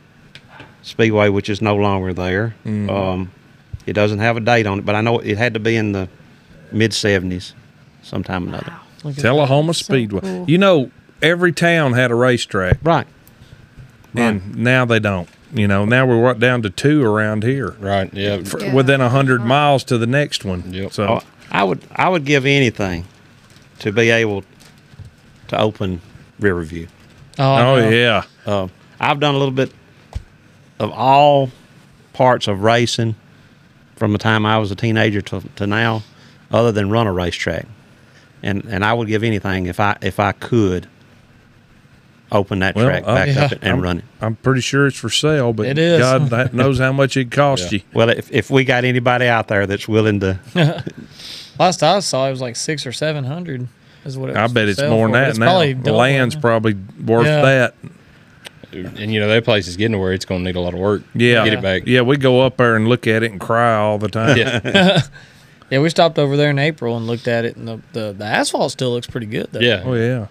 Speaker 7: Speedway, which is no longer there. Um, it doesn't have a date on it, but I know it had to be in the mid 70s, sometime or another.
Speaker 1: Tullahoma
Speaker 4: So
Speaker 1: Speedway.
Speaker 4: cool.
Speaker 1: You know, every town had a racetrack,
Speaker 7: Right.
Speaker 1: and now they don't. You know, now we're right down to two around here,
Speaker 5: Right. Yeah.
Speaker 1: for,
Speaker 9: Yeah.
Speaker 1: within a hundred miles to the next one.
Speaker 5: Yep.
Speaker 1: So
Speaker 7: Oh, I would I would give anything to be able to open Riverview.
Speaker 2: Oh,
Speaker 1: Oh
Speaker 2: no.
Speaker 1: yeah,
Speaker 7: Uh, I've done a little bit of all parts of racing from the time I was a teenager to, to now, other than run a racetrack. And and I would give anything if I if I could open that
Speaker 1: Well,
Speaker 7: track
Speaker 1: uh,
Speaker 7: back
Speaker 2: yeah.
Speaker 7: up and, and run it.
Speaker 1: I'm pretty sure it's for sale, but
Speaker 2: It is.
Speaker 1: God
Speaker 2: [laughs]
Speaker 1: that knows how much it cost you.
Speaker 7: Well, if, if we got anybody out there that's willing to,
Speaker 2: Last I saw, it was like six or seven hundred. Is what it
Speaker 1: I
Speaker 2: was
Speaker 1: bet
Speaker 2: for
Speaker 1: it's
Speaker 2: sale
Speaker 1: more
Speaker 2: for,
Speaker 1: than
Speaker 2: but
Speaker 1: that
Speaker 2: it's
Speaker 1: now.
Speaker 2: probably
Speaker 1: The
Speaker 2: double
Speaker 1: land's
Speaker 2: now.
Speaker 1: probably worth
Speaker 2: Yeah.
Speaker 1: that.
Speaker 5: And you know that place is getting to where it's gonna need a lot of work. to
Speaker 1: Yeah,
Speaker 5: Get it back.
Speaker 1: Yeah, we go up there and look at it and cry all the time.
Speaker 5: Yeah.
Speaker 2: Yeah, we stopped over there in April and looked at it, and the the, the asphalt still looks pretty good. Though.
Speaker 5: yeah.
Speaker 1: Oh yeah.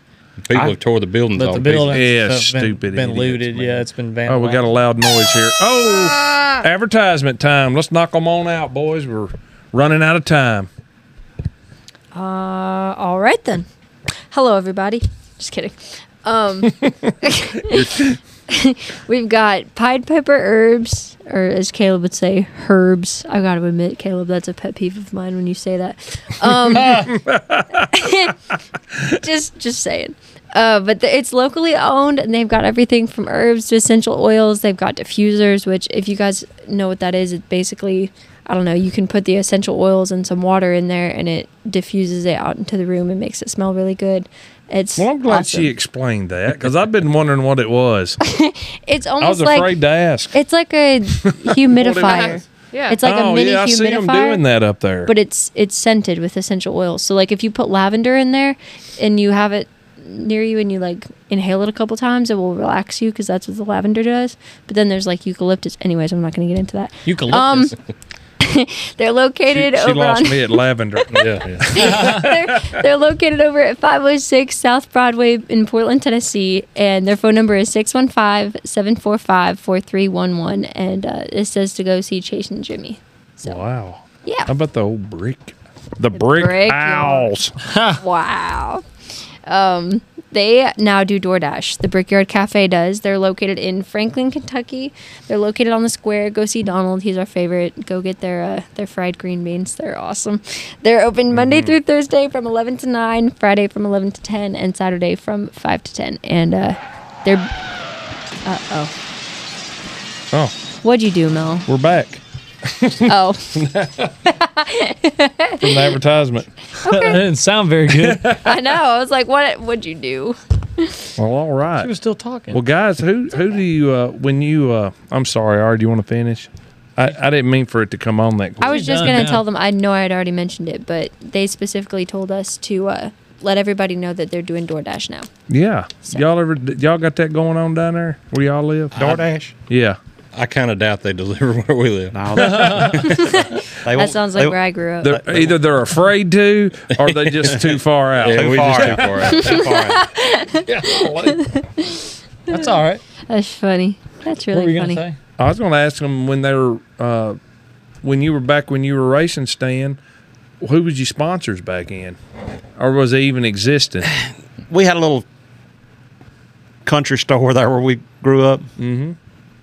Speaker 5: People have tore the buildings
Speaker 2: But
Speaker 5: all
Speaker 2: the
Speaker 5: to pieces.
Speaker 2: building
Speaker 1: Yeah,
Speaker 2: stuff been,
Speaker 1: stupid
Speaker 2: been
Speaker 1: idiots,
Speaker 2: looted.
Speaker 1: man.
Speaker 2: Yeah, it's been vandalized.
Speaker 1: Oh, we got a loud noise here.
Speaker 4: Ah!
Speaker 1: Oh, advertisement time. Let's knock them on out, boys. We're running out of time.
Speaker 4: Uh, all right then. Hello everybody. Just kidding. Um, we've got Pied Piper herbs, or as Caleb would say, herbs. I gotta admit, Caleb, that's a pet peeve of mine when you say that. Um, [laughs] just, just saying. Uh, but the, it's locally owned, and they've got everything from herbs to essential oils. They've got diffusers, which, if you guys know what that is, it basically I don't know, you can put the essential oils and some water in there and it diffuses it out into the room and makes it smell really good. It's
Speaker 1: Well, I'm glad
Speaker 4: awesome.
Speaker 1: she explained that because I've been wondering what it was.
Speaker 4: [laughs] It's
Speaker 1: I was
Speaker 4: almost like
Speaker 1: afraid to ask.
Speaker 4: it's like a humidifier.
Speaker 9: Yeah.
Speaker 4: It's like
Speaker 1: oh
Speaker 4: a mini
Speaker 1: yeah, I
Speaker 4: humidifier.
Speaker 1: see them doing that up there.
Speaker 4: but it's it's scented with essential oils. So like if you put lavender in there and you have it near you and you like inhale it a couple times, it will relax you because that's what the lavender does. But then there's like eucalyptus. Anyways, I'm not going to get into that. Um,
Speaker 2: [laughs]
Speaker 5: Eucalyptus.
Speaker 4: They're
Speaker 1: she,
Speaker 4: located
Speaker 1: she [laughs]
Speaker 4: over
Speaker 1: lost
Speaker 4: on [laughs]
Speaker 1: me at lavender.
Speaker 5: yeah, yeah.
Speaker 4: they're, they're located over at 506 South Broadway in Portland, Tennessee, and their phone number is 615-745-4311 and uh, it says to go see Chase and Jimmy. So
Speaker 1: Wow.
Speaker 4: yeah.
Speaker 1: How about the old brick? The, brick,
Speaker 4: brick
Speaker 1: owls.
Speaker 4: [laughs] Wow. Um, they now do DoorDash. The Brickyard Cafe does. They're located in Franklin, Kentucky. They're located on the square. Go see Donald. He's our favorite. Go get their uh, their fried green beans. They're awesome. They're
Speaker 1: Mm-hmm.
Speaker 4: open Monday through Thursday from 11 to 9, Friday from 11 to 10, and Saturday from 5 to 10. And uh, they're. Uh oh.
Speaker 1: Oh,
Speaker 4: What'd you do, Mel?
Speaker 1: we're back
Speaker 4: Oh. [laughs]
Speaker 1: from the advertisement.
Speaker 2: that didn't sound very good.
Speaker 4: I know. I was like, what would you do?
Speaker 1: Well, all right.
Speaker 2: She was still talking.
Speaker 1: Well, guys, who who do you uh, when you? Uh, I'm sorry, Ari. Do you want to finish? I, I didn't mean for it to come on that quick.
Speaker 4: I was just
Speaker 2: done
Speaker 4: gonna
Speaker 2: now.
Speaker 4: tell them. I know I had already mentioned it, but they specifically told us to uh, let everybody know that they're doing DoorDash now.
Speaker 1: yeah. Y'all ever y'all got that going on down there where y'all live?
Speaker 7: DoorDash.
Speaker 1: yeah.
Speaker 5: I kind of doubt they [laughs] deliver where we live.
Speaker 7: No, that,
Speaker 1: [laughs]
Speaker 7: they
Speaker 4: That
Speaker 7: won't-
Speaker 4: sounds
Speaker 7: they-
Speaker 4: like where I grew up.
Speaker 1: They're, either they're afraid to, or they
Speaker 7: [laughs]
Speaker 1: just too far out.
Speaker 5: Yeah,
Speaker 7: Too
Speaker 5: we just
Speaker 7: far
Speaker 5: too
Speaker 7: out.
Speaker 5: far out.
Speaker 7: Too far out.
Speaker 2: That's all right.
Speaker 4: That's funny. That's
Speaker 2: What were
Speaker 4: really
Speaker 2: you
Speaker 4: funny.
Speaker 2: gonna say?
Speaker 1: I was going to ask them when they were, uh, when you were back when you were racing, Stan. Who was your sponsors back in, or was they even
Speaker 7: [sighs]
Speaker 1: existing?
Speaker 7: we had a little country store there where we grew up. Mm-hmm.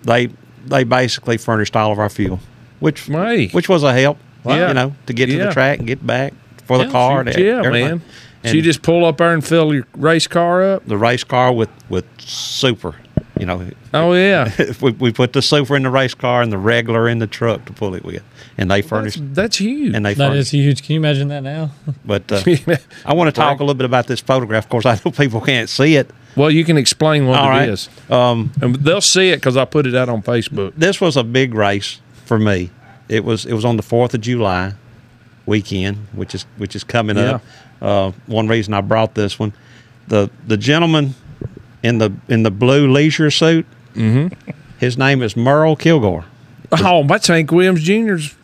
Speaker 7: They they basically furnished all of our fuel, which
Speaker 1: Right.
Speaker 7: which was a help.
Speaker 1: Yeah.
Speaker 7: You know, to get to
Speaker 1: Yeah.
Speaker 7: the track and get back for the
Speaker 2: Yeah,
Speaker 7: car.
Speaker 1: Shoot,
Speaker 7: to
Speaker 1: yeah,
Speaker 7: everything.
Speaker 1: man. So
Speaker 7: And
Speaker 1: you just pull up there and fill your race car up.
Speaker 7: the race car with with super. You know, [laughs]
Speaker 1: Oh yeah,
Speaker 7: we, we put the super in the race car and the regular in the truck to pull it with, and they
Speaker 1: that's,
Speaker 7: furnished.
Speaker 1: that's huge.
Speaker 7: And they
Speaker 2: That
Speaker 7: furnished.
Speaker 2: is huge. Can you imagine that now?
Speaker 1: [laughs]
Speaker 7: But uh, I want to talk a little bit about this photograph. Of course, I know people can't see it.
Speaker 1: [laughs] well, you can explain what
Speaker 7: All
Speaker 1: it
Speaker 7: right.
Speaker 1: is,
Speaker 7: Um,
Speaker 1: and they'll see it because I put it out on Facebook.
Speaker 7: this was a big race for me. It was it was on the Fourth of July weekend, which is which is coming up. Uh, one reason I brought this one, the the gentleman in the in the blue leisure suit, mm-hmm. his name is Merle Kilgore.
Speaker 1: [laughs] Oh, that's Hank Williams Jr.'s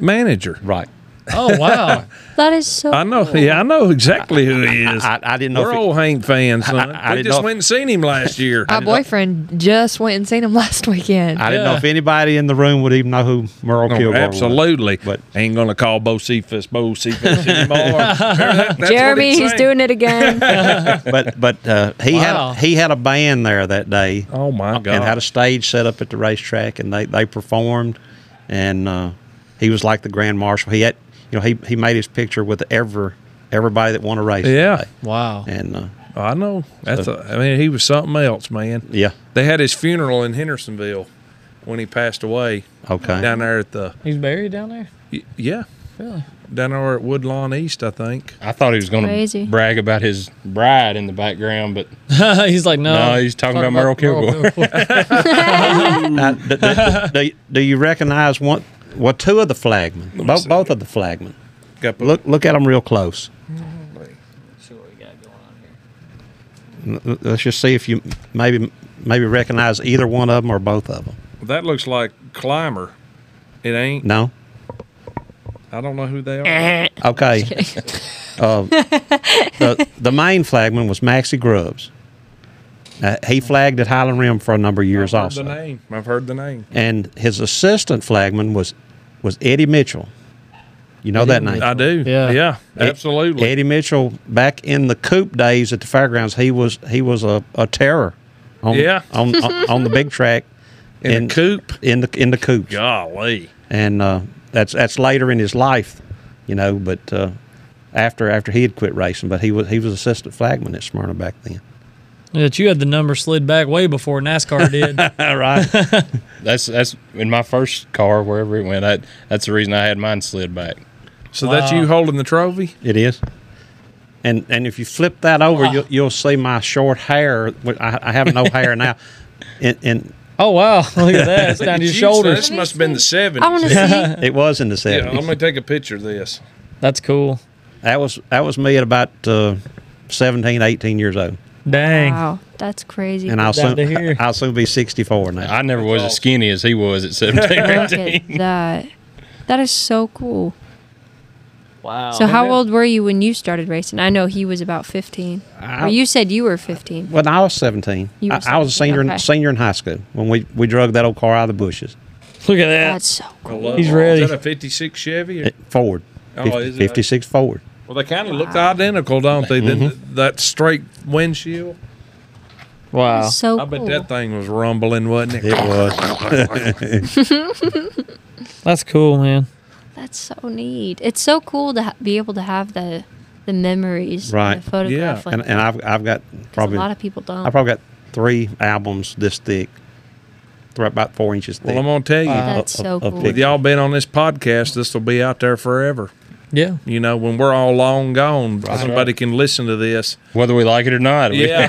Speaker 1: manager.
Speaker 7: Right.
Speaker 2: [laughs] Oh wow.
Speaker 4: That is so.
Speaker 1: I know. Yeah, I know exactly who he is.
Speaker 7: I, I didn't know.
Speaker 1: We're
Speaker 7: if it-
Speaker 1: old Hank fans, son.
Speaker 7: I- I
Speaker 1: we
Speaker 7: didn't
Speaker 1: just
Speaker 7: know-
Speaker 1: went and seen him last year.
Speaker 9: My boyfriend just went and seen
Speaker 4: [laughs]
Speaker 9: him last weekend.
Speaker 7: I didn't know
Speaker 2: Yeah.
Speaker 7: if anybody in the room would even know who Merle
Speaker 1: Oh,
Speaker 7: Kilgore was.
Speaker 1: absolutely.
Speaker 7: But-
Speaker 1: ain't gonna call Bo Cephas Bo [laughs] Cephas anymore. That- that's what
Speaker 4: Jeremy,
Speaker 1: it's
Speaker 4: he's
Speaker 1: saying.
Speaker 4: doing it again.
Speaker 7: But but uh, he
Speaker 2: Wow.
Speaker 7: had he had a band there that day.
Speaker 1: Oh my god!
Speaker 7: and had a stage set up at the racetrack, and they, they performed, and uh, he was like the grand marshal. He had, you know, he, he made his picture with ever everybody that won a race.
Speaker 1: Yeah.
Speaker 7: that day.
Speaker 2: Wow.
Speaker 7: and uh,
Speaker 1: I know. That's. a, I mean, he was something else, man.
Speaker 7: yeah,
Speaker 1: They had his funeral in Hendersonville when he passed away.
Speaker 7: Okay.
Speaker 1: Down there at the
Speaker 2: [laughs] He's buried down there.
Speaker 1: y- yeah,
Speaker 2: Really?
Speaker 1: down there at Woodlawn East, I think.
Speaker 5: I thought he was going
Speaker 4: Crazy.
Speaker 5: to brag about his bride in the background, but
Speaker 2: [laughs] he's like no.
Speaker 5: No, Oh, he's talking about Merle Kilgore.
Speaker 2: [laughs]
Speaker 7: Now, do, do- do- do you- do you recognize one? Well, two of the flagmen, both both of the flagmen.
Speaker 1: Got
Speaker 7: Look look at them real close. L- l- Let's just see if you maybe maybe recognize either one of them or both of them.
Speaker 1: That looks like Climber. It ain't.
Speaker 7: No.
Speaker 1: I don't know who they are.
Speaker 7: Okay. uh, the, the main flagman was Maxie Grubbs. Uh, he flagged at Highland Rim for a number of years
Speaker 1: I've heard the
Speaker 7: also.
Speaker 1: name. I've heard the name.
Speaker 7: And his assistant flagman was was Eddie Mitchell. You know that name?
Speaker 1: I do.
Speaker 2: Yeah.
Speaker 1: Yeah.
Speaker 7: Ed-
Speaker 1: Absolutely.
Speaker 7: Eddie Mitchell back in the coop days at the fairgrounds, he was he was a, a terror on
Speaker 1: Yeah.
Speaker 7: on, on on the big track.
Speaker 1: In the coop?
Speaker 7: In the in the coop.
Speaker 1: Golly.
Speaker 7: and uh, that's that's later in his life, you know. But uh, after after he had quit racing, but he was he was assistant flagman at Smyrna back then.
Speaker 2: That you had the number slid back way before NASCAR [laughs] did.
Speaker 7: All right.
Speaker 5: That's that's in my first car wherever it went. That that's the reason I had mine slid back.
Speaker 1: So that's you holding the trophy?
Speaker 7: [laughs] It is. And and if you flip that over, you'll, you'll see my short hair. wh- I, I have no hair now. And, and
Speaker 2: oh wow! [laughs] Look at that. It's [laughs] down to your
Speaker 1: Jesus,
Speaker 2: shoulders.
Speaker 1: This must have been the 70s.
Speaker 4: I want to see.
Speaker 7: it was in the
Speaker 1: yeah, let
Speaker 7: seventies.
Speaker 1: me take a picture of this.
Speaker 2: That's cool.
Speaker 7: that was that was me at about uh, 17, 18 years old,
Speaker 2: Dang.
Speaker 4: Wow, that's crazy.
Speaker 7: and I'll
Speaker 2: Down
Speaker 7: soon
Speaker 2: to here.
Speaker 7: [laughs] I'll soon be sixty four now.
Speaker 5: I never was as skinny as he was at 17 or
Speaker 4: [laughs] Look
Speaker 5: 18.
Speaker 4: at that. That is so cool.
Speaker 2: Wow.
Speaker 4: So, how old were you when you started racing? I know he was about 15.
Speaker 7: I-
Speaker 4: or you said you were 15.
Speaker 7: When I was seventeen,
Speaker 4: You
Speaker 7: I,
Speaker 4: were
Speaker 7: I was a
Speaker 4: 17,
Speaker 7: senior in,
Speaker 4: okay.
Speaker 7: senior in high school when we, we drug that old car out of the bushes.
Speaker 2: Look at that.
Speaker 4: That's so
Speaker 1: I
Speaker 4: cool.
Speaker 1: love
Speaker 2: He's
Speaker 1: it.
Speaker 2: ready.
Speaker 1: Is that a 56 Chevy? Or?
Speaker 7: It, Ford,
Speaker 1: Oh,
Speaker 7: 50
Speaker 1: is it?
Speaker 7: fifty-six Ford.
Speaker 1: Well, they kind of looked identical, don't they?
Speaker 2: Mm-hmm.
Speaker 1: Then that straight windshield.
Speaker 2: Wow.
Speaker 4: So
Speaker 1: I bet
Speaker 4: Oh, cool.
Speaker 1: that thing was rumbling, wasn't it?
Speaker 7: It was.
Speaker 2: That's cool, man.
Speaker 4: That's so neat. It's so cool to ha- be able to have the the memories,
Speaker 7: Right.
Speaker 4: And the photograph,
Speaker 1: Yeah.
Speaker 4: like
Speaker 7: and, and I've I've got
Speaker 4: 'cause
Speaker 7: probably
Speaker 4: a lot of people don't.
Speaker 7: I probably got three albums this thick, thr- about four inches thick.
Speaker 1: Well, I'm gonna tell you.
Speaker 4: That's
Speaker 7: a-
Speaker 4: so
Speaker 7: a
Speaker 4: cool.
Speaker 1: with y'all being on this podcast, this will be out there forever.
Speaker 2: Yeah.
Speaker 1: You know, when we're all long gone, somebody can listen to
Speaker 7: [laughs]
Speaker 1: this.
Speaker 5: Whether we like it or not.
Speaker 1: [laughs]
Speaker 5: we-
Speaker 4: Yeah,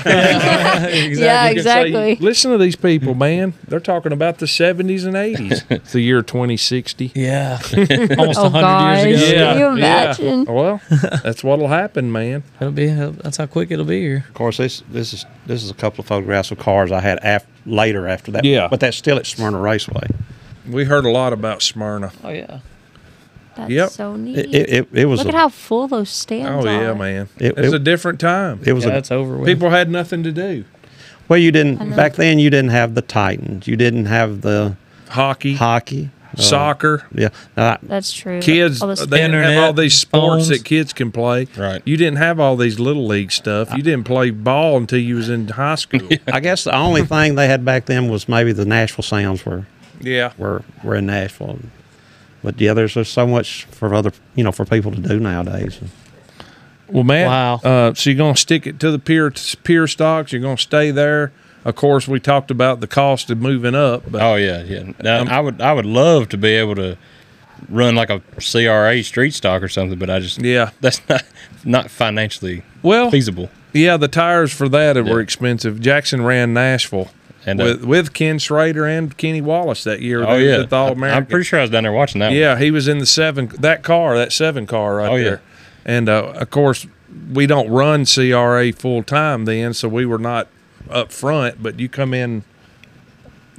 Speaker 1: You can say,
Speaker 4: exactly.
Speaker 1: listen to these people, man. They're talking about the 70s and
Speaker 7: [laughs]
Speaker 1: 80s. It's the year 2060.
Speaker 2: Yeah. [laughs] Almost a
Speaker 4: Oh,
Speaker 2: 100
Speaker 4: gosh.
Speaker 2: years ago.
Speaker 4: Yeah. Can you imagine?
Speaker 1: Well, that's what'll happen, man.
Speaker 2: It'll be. That's how quick it'll be here.
Speaker 7: Of course, this this is this is a couple of photographs of cars I had af- later after that.
Speaker 1: Yeah.
Speaker 7: but that's still at Smyrna Raceway.
Speaker 1: We heard a lot about Smyrna.
Speaker 2: Oh yeah.
Speaker 4: That's
Speaker 1: Yep.
Speaker 4: so neat.
Speaker 7: It it, it, it was
Speaker 4: Look
Speaker 7: a,
Speaker 4: at how full those stands
Speaker 1: Oh
Speaker 4: are.
Speaker 1: yeah, man.
Speaker 7: It-
Speaker 1: it's
Speaker 7: it-
Speaker 1: a different time.
Speaker 7: it was
Speaker 2: yeah
Speaker 7: a,
Speaker 2: that's over with.
Speaker 1: People had nothing to do.
Speaker 7: well. You
Speaker 4: I
Speaker 7: didn't
Speaker 4: know.
Speaker 7: back then. You didn't have the Titans. You didn't have the
Speaker 1: Hockey,
Speaker 7: hockey. uh,
Speaker 1: soccer,
Speaker 7: Yeah, Now, I-
Speaker 4: That's true.
Speaker 1: kids.
Speaker 4: All
Speaker 1: They
Speaker 4: those-
Speaker 1: didn't have
Speaker 2: Internet,
Speaker 1: all these sports
Speaker 2: phones.
Speaker 1: that kids can play.
Speaker 5: Right.
Speaker 1: You didn't have all these little league stuff. You didn't play ball until you was in high
Speaker 5: [laughs]
Speaker 1: school.
Speaker 7: I guess the only thing they had back then was maybe the Nashville Sounds were
Speaker 1: yeah.
Speaker 7: were were in Nashville. But yeah, there's, there's so much for other you know for people to do nowadays.
Speaker 1: Well, man.
Speaker 2: Wow.
Speaker 1: Uh, so you're gonna stick it to the pier pier stocks. You're gonna stay there. Of course, we talked about the cost of moving up, but
Speaker 5: Oh yeah, yeah.
Speaker 1: Um,
Speaker 5: Now, I would I would love to be able to run like a CRA street stock or something, but I just
Speaker 1: Yeah.
Speaker 5: that's not not financially
Speaker 1: well,
Speaker 5: feasible.
Speaker 1: yeah, the tires for that were expensive. Jackson ran Nashville.
Speaker 5: And, uh,
Speaker 1: with, with Ken Schrader and Kenny Wallace that year.
Speaker 5: Oh
Speaker 1: They was
Speaker 5: yeah,
Speaker 1: at the All
Speaker 5: I, am
Speaker 1: American.
Speaker 5: pretty sure I was down there watching that.
Speaker 1: Yeah, he was in the seven that car, that seven car right
Speaker 5: Oh, yeah.
Speaker 1: there. And uh, of course, we don't run CRA full time then, so we were not up front. But you come in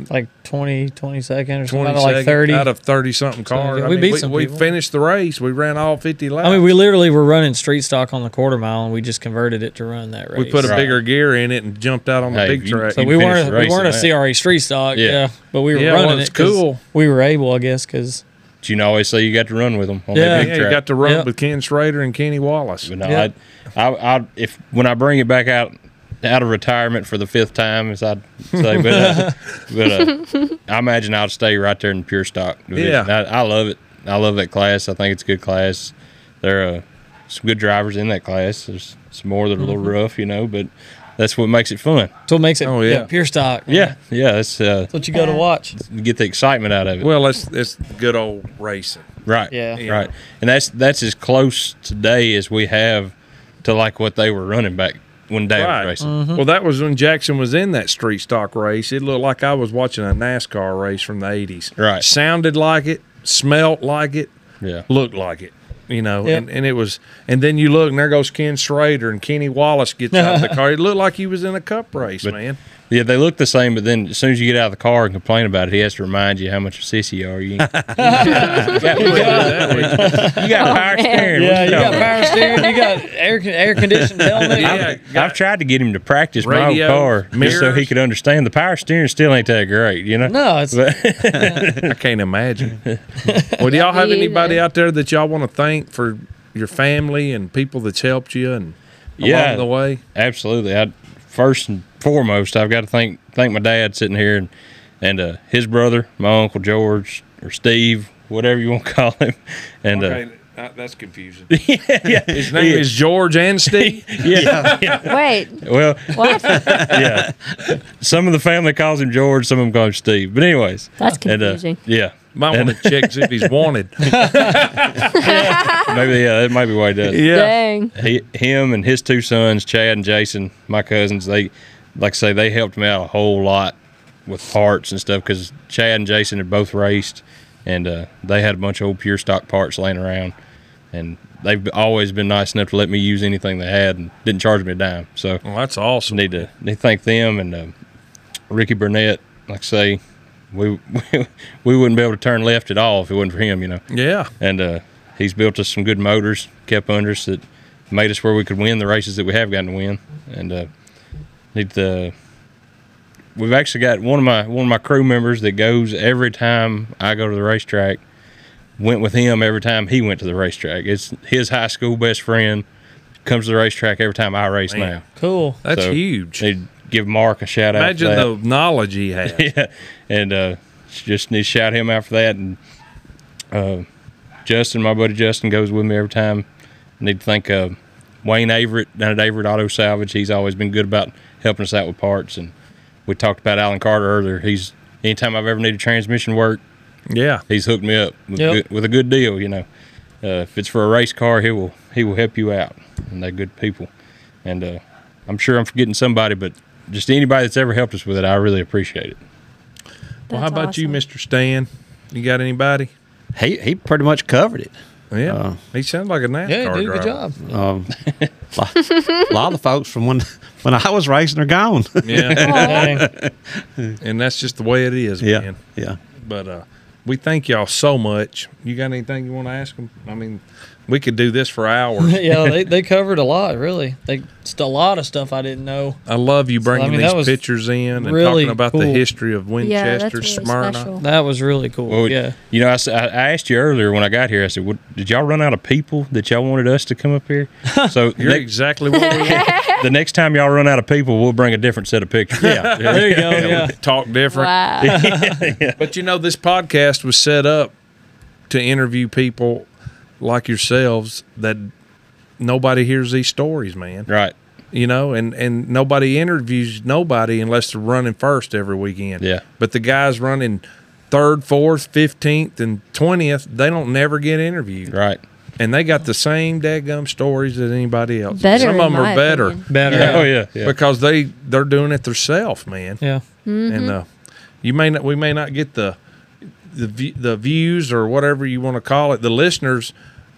Speaker 2: like 20, 20 seconds or something.
Speaker 1: twenty
Speaker 2: out of like
Speaker 1: second
Speaker 2: 30.
Speaker 1: out of thirty something cars.
Speaker 2: yeah,
Speaker 1: I
Speaker 2: we
Speaker 1: mean,
Speaker 2: beat
Speaker 1: we,
Speaker 2: some
Speaker 1: we
Speaker 2: people.
Speaker 1: finished the race. We ran all fifty laps.
Speaker 2: I mean, we literally were running street stock on the quarter mile, and we just converted it to run that race.
Speaker 1: we put a
Speaker 5: Right.
Speaker 1: bigger gear in it and jumped out on the
Speaker 5: Hey,
Speaker 1: big
Speaker 5: you-
Speaker 1: track.
Speaker 2: so
Speaker 5: you
Speaker 2: we
Speaker 5: finished
Speaker 2: weren't
Speaker 5: the
Speaker 2: we
Speaker 5: race
Speaker 2: weren't
Speaker 5: in
Speaker 2: a
Speaker 5: that.
Speaker 2: CRE street stock,
Speaker 5: Yeah.
Speaker 2: yeah. but we were
Speaker 1: Yeah, well,
Speaker 2: running
Speaker 1: it's
Speaker 2: it. 'cause
Speaker 1: cool.
Speaker 2: We were able, I guess, because
Speaker 5: But you can always say you got to run with them on
Speaker 2: Yeah.
Speaker 5: that
Speaker 1: yeah,
Speaker 5: big
Speaker 1: you
Speaker 5: track.
Speaker 1: got to run
Speaker 2: Yep.
Speaker 1: with Ken Schrader and Kenny Wallace.
Speaker 5: But no,
Speaker 2: Yeah.
Speaker 5: I, I, I, if when I bring it back out out of retirement for the fifth time, as I'd say,
Speaker 1: [laughs]
Speaker 5: but uh, but uh, I imagine I'll stay right there in pure stock. division.
Speaker 1: Yeah.
Speaker 5: I, I love it. I love that class. I think it's a good class. There are some good drivers in that class. There's some more that are a little
Speaker 1: Mm-hmm.
Speaker 5: rough, you know, but that's what makes it fun.
Speaker 2: that's what makes it
Speaker 1: Oh,
Speaker 2: oh,
Speaker 1: yeah.
Speaker 2: yeah. pure stock.
Speaker 5: Yeah, yeah. That's uh,
Speaker 2: That's what you go to watch.
Speaker 5: get the excitement out of it.
Speaker 1: Well, it's it's good old racing.
Speaker 5: Right.
Speaker 2: Yeah. Yeah.
Speaker 5: Right. And that's that's as close today as we have to like what they were running back when Dad
Speaker 1: Right.
Speaker 5: was racing.
Speaker 1: Well, that was when Jackson was in that street stock race. It looked like I was watching a NASCAR race from the 80s.
Speaker 5: Right.
Speaker 1: Sounded like it, smelt like it,
Speaker 5: Yeah.
Speaker 1: looked like it. You know,
Speaker 2: Yeah.
Speaker 1: and, and it was, and then you look, and there goes Ken Schrader, and Kenny Wallace gets out of the car. It looked like he was in a cup race, man.
Speaker 5: Yeah, they look the same, but then as soon as you get out of the car and complain about it, he has to remind you how much a sissy you are. You,
Speaker 1: That was-
Speaker 5: you got power [laughs] steering.
Speaker 2: Yeah, you got power steering, you got air con- air conditioned helmet.
Speaker 1: yeah,
Speaker 5: I've tried to get him to practice
Speaker 1: Radios,
Speaker 5: my old car just so he
Speaker 1: mirrors.
Speaker 5: could understand. The power steering still ain't that great, you know.
Speaker 2: No, it's
Speaker 5: But-
Speaker 1: I can't imagine. Well, do y'all have
Speaker 4: Me either.
Speaker 1: anybody out there that y'all want to thank for your family and people that's helped you and
Speaker 5: Yeah.
Speaker 1: along the way?
Speaker 5: Absolutely. I first and foremost, I've got to thank thank my dad sitting here and and uh, [laughs] his brother, my uncle George or Steve, whatever you want to call him, and uh,
Speaker 1: That, that's [laughs] confusing.
Speaker 5: [laughs]
Speaker 1: His name is George and Steve.
Speaker 4: Wait,
Speaker 5: Well, [laughs]
Speaker 4: what?
Speaker 5: yeah. Some of the family calls him George, some of them call him Steve. But anyways,
Speaker 4: That's
Speaker 5: and, uh,
Speaker 4: confusing.
Speaker 5: yeah,
Speaker 1: [laughs] Might want to check see if he's
Speaker 5: [laughs]
Speaker 1: wanted.
Speaker 5: maybe yeah, that might be why he does. it.
Speaker 4: Dang.
Speaker 5: He, him and his two sons, Chad and Jason, my cousins. They, like I say, they helped me out a whole lot with parts and stuff because Chad and Jason had both raced, and uh, they had a bunch of old pure stock parts laying around, and they've always been nice enough to let me use anything they had and didn't charge me a dime. So
Speaker 1: Well, that's awesome.
Speaker 5: need to need to thank them and uh, Ricky Burnett. Like I say, we, [laughs] we we wouldn't be able to turn left at all if it wasn't for him, you know.
Speaker 1: Yeah.
Speaker 5: And uh, he's built us some good motors, kept under us that made us where we could win the races that we have gotten to win. And uh, need to. We've actually got one of my one of my crew members that goes every time I go to the racetrack. Went with him every time he went to the racetrack. It's his high school best friend. Comes to the racetrack every time I race
Speaker 1: Man.
Speaker 5: now.
Speaker 2: Cool.
Speaker 1: That's
Speaker 5: So,
Speaker 1: huge.
Speaker 5: They'd give Mark a shout out. for
Speaker 1: Imagine
Speaker 5: that.
Speaker 1: the knowledge he
Speaker 5: [laughs]
Speaker 1: has.
Speaker 5: and uh, just need to shout him out for that. And uh, Justin, my buddy Justin, goes with me every time. Need to thank uh, Wayne Averett down at Averett Auto Salvage. He's always been good about helping us out with parts. And we talked about Alan Carter earlier. He's anytime I've ever needed transmission work,
Speaker 1: Yeah.
Speaker 5: he's hooked me up with,
Speaker 2: Yep.
Speaker 5: good, with a good deal. You know, uh, if it's for a race car, he will he will help you out, and they're good people. And uh, I'm sure I'm forgetting somebody, but just anybody that's ever helped us with it, I really appreciate it.
Speaker 1: Well, how
Speaker 4: That's
Speaker 1: about you,
Speaker 4: awesome.
Speaker 1: Mr. Stan? You got anybody?
Speaker 7: He he pretty much covered it.
Speaker 1: Yeah.
Speaker 7: Uh,
Speaker 1: he sounds like a NASCAR
Speaker 2: Yeah, dude,
Speaker 1: driver.
Speaker 2: good [laughs] job.
Speaker 7: Um, a lot of folks from when when I was racing are gone.
Speaker 4: [laughs]
Speaker 1: Yeah.
Speaker 2: Dang.
Speaker 1: and that's just the way it is,
Speaker 7: yeah,
Speaker 1: man.
Speaker 7: yeah.
Speaker 1: But uh, we thank y'all so much. You got anything you want to ask them? I mean, we could do this for hours.
Speaker 2: [laughs] yeah, they, they covered a lot, really. They just a lot of stuff I didn't know.
Speaker 1: I love you bringing
Speaker 2: I mean, that
Speaker 1: these
Speaker 2: was
Speaker 1: pictures in and
Speaker 2: really
Speaker 1: talking about the
Speaker 2: cool.
Speaker 1: history of
Speaker 4: Yeah, that's
Speaker 1: Winchester,
Speaker 4: really
Speaker 1: Smyrna.
Speaker 4: special.
Speaker 2: That was really cool.
Speaker 5: Well,
Speaker 2: yeah.
Speaker 5: You know, I, s- I- I asked you earlier when I got here. I said, well, "Did y'all run out of people that y'all wanted us to come
Speaker 2: [laughs]
Speaker 5: up here?" So
Speaker 1: You're
Speaker 5: next,
Speaker 1: exactly what
Speaker 4: [laughs]
Speaker 1: we
Speaker 5: the next time y'all run out of people, we'll bring a different set of pictures. Yeah,
Speaker 2: There you go. Yeah.
Speaker 1: talk different.
Speaker 4: Wow.
Speaker 1: But you know, this podcast was set up to interview people like yourselves that nobody hears these stories, man.
Speaker 5: right.
Speaker 1: You know, and and nobody interviews nobody unless they're running first every weekend.
Speaker 5: Yeah.
Speaker 1: But the guys running third, fourth, fifteenth, and twentieth, they don't never get interviewed,
Speaker 5: Right.
Speaker 1: and they got the same daggum stories as anybody else.
Speaker 4: Better,
Speaker 1: Some
Speaker 4: in
Speaker 1: of them
Speaker 4: my
Speaker 1: are better
Speaker 4: opinion.
Speaker 2: Better.
Speaker 5: Oh yeah. yeah.
Speaker 1: because they they're doing it themselves, man
Speaker 2: Yeah.
Speaker 4: Mm-hmm.
Speaker 1: and uh, you may not we may not get the the view- the views or whatever you want to call it the listeners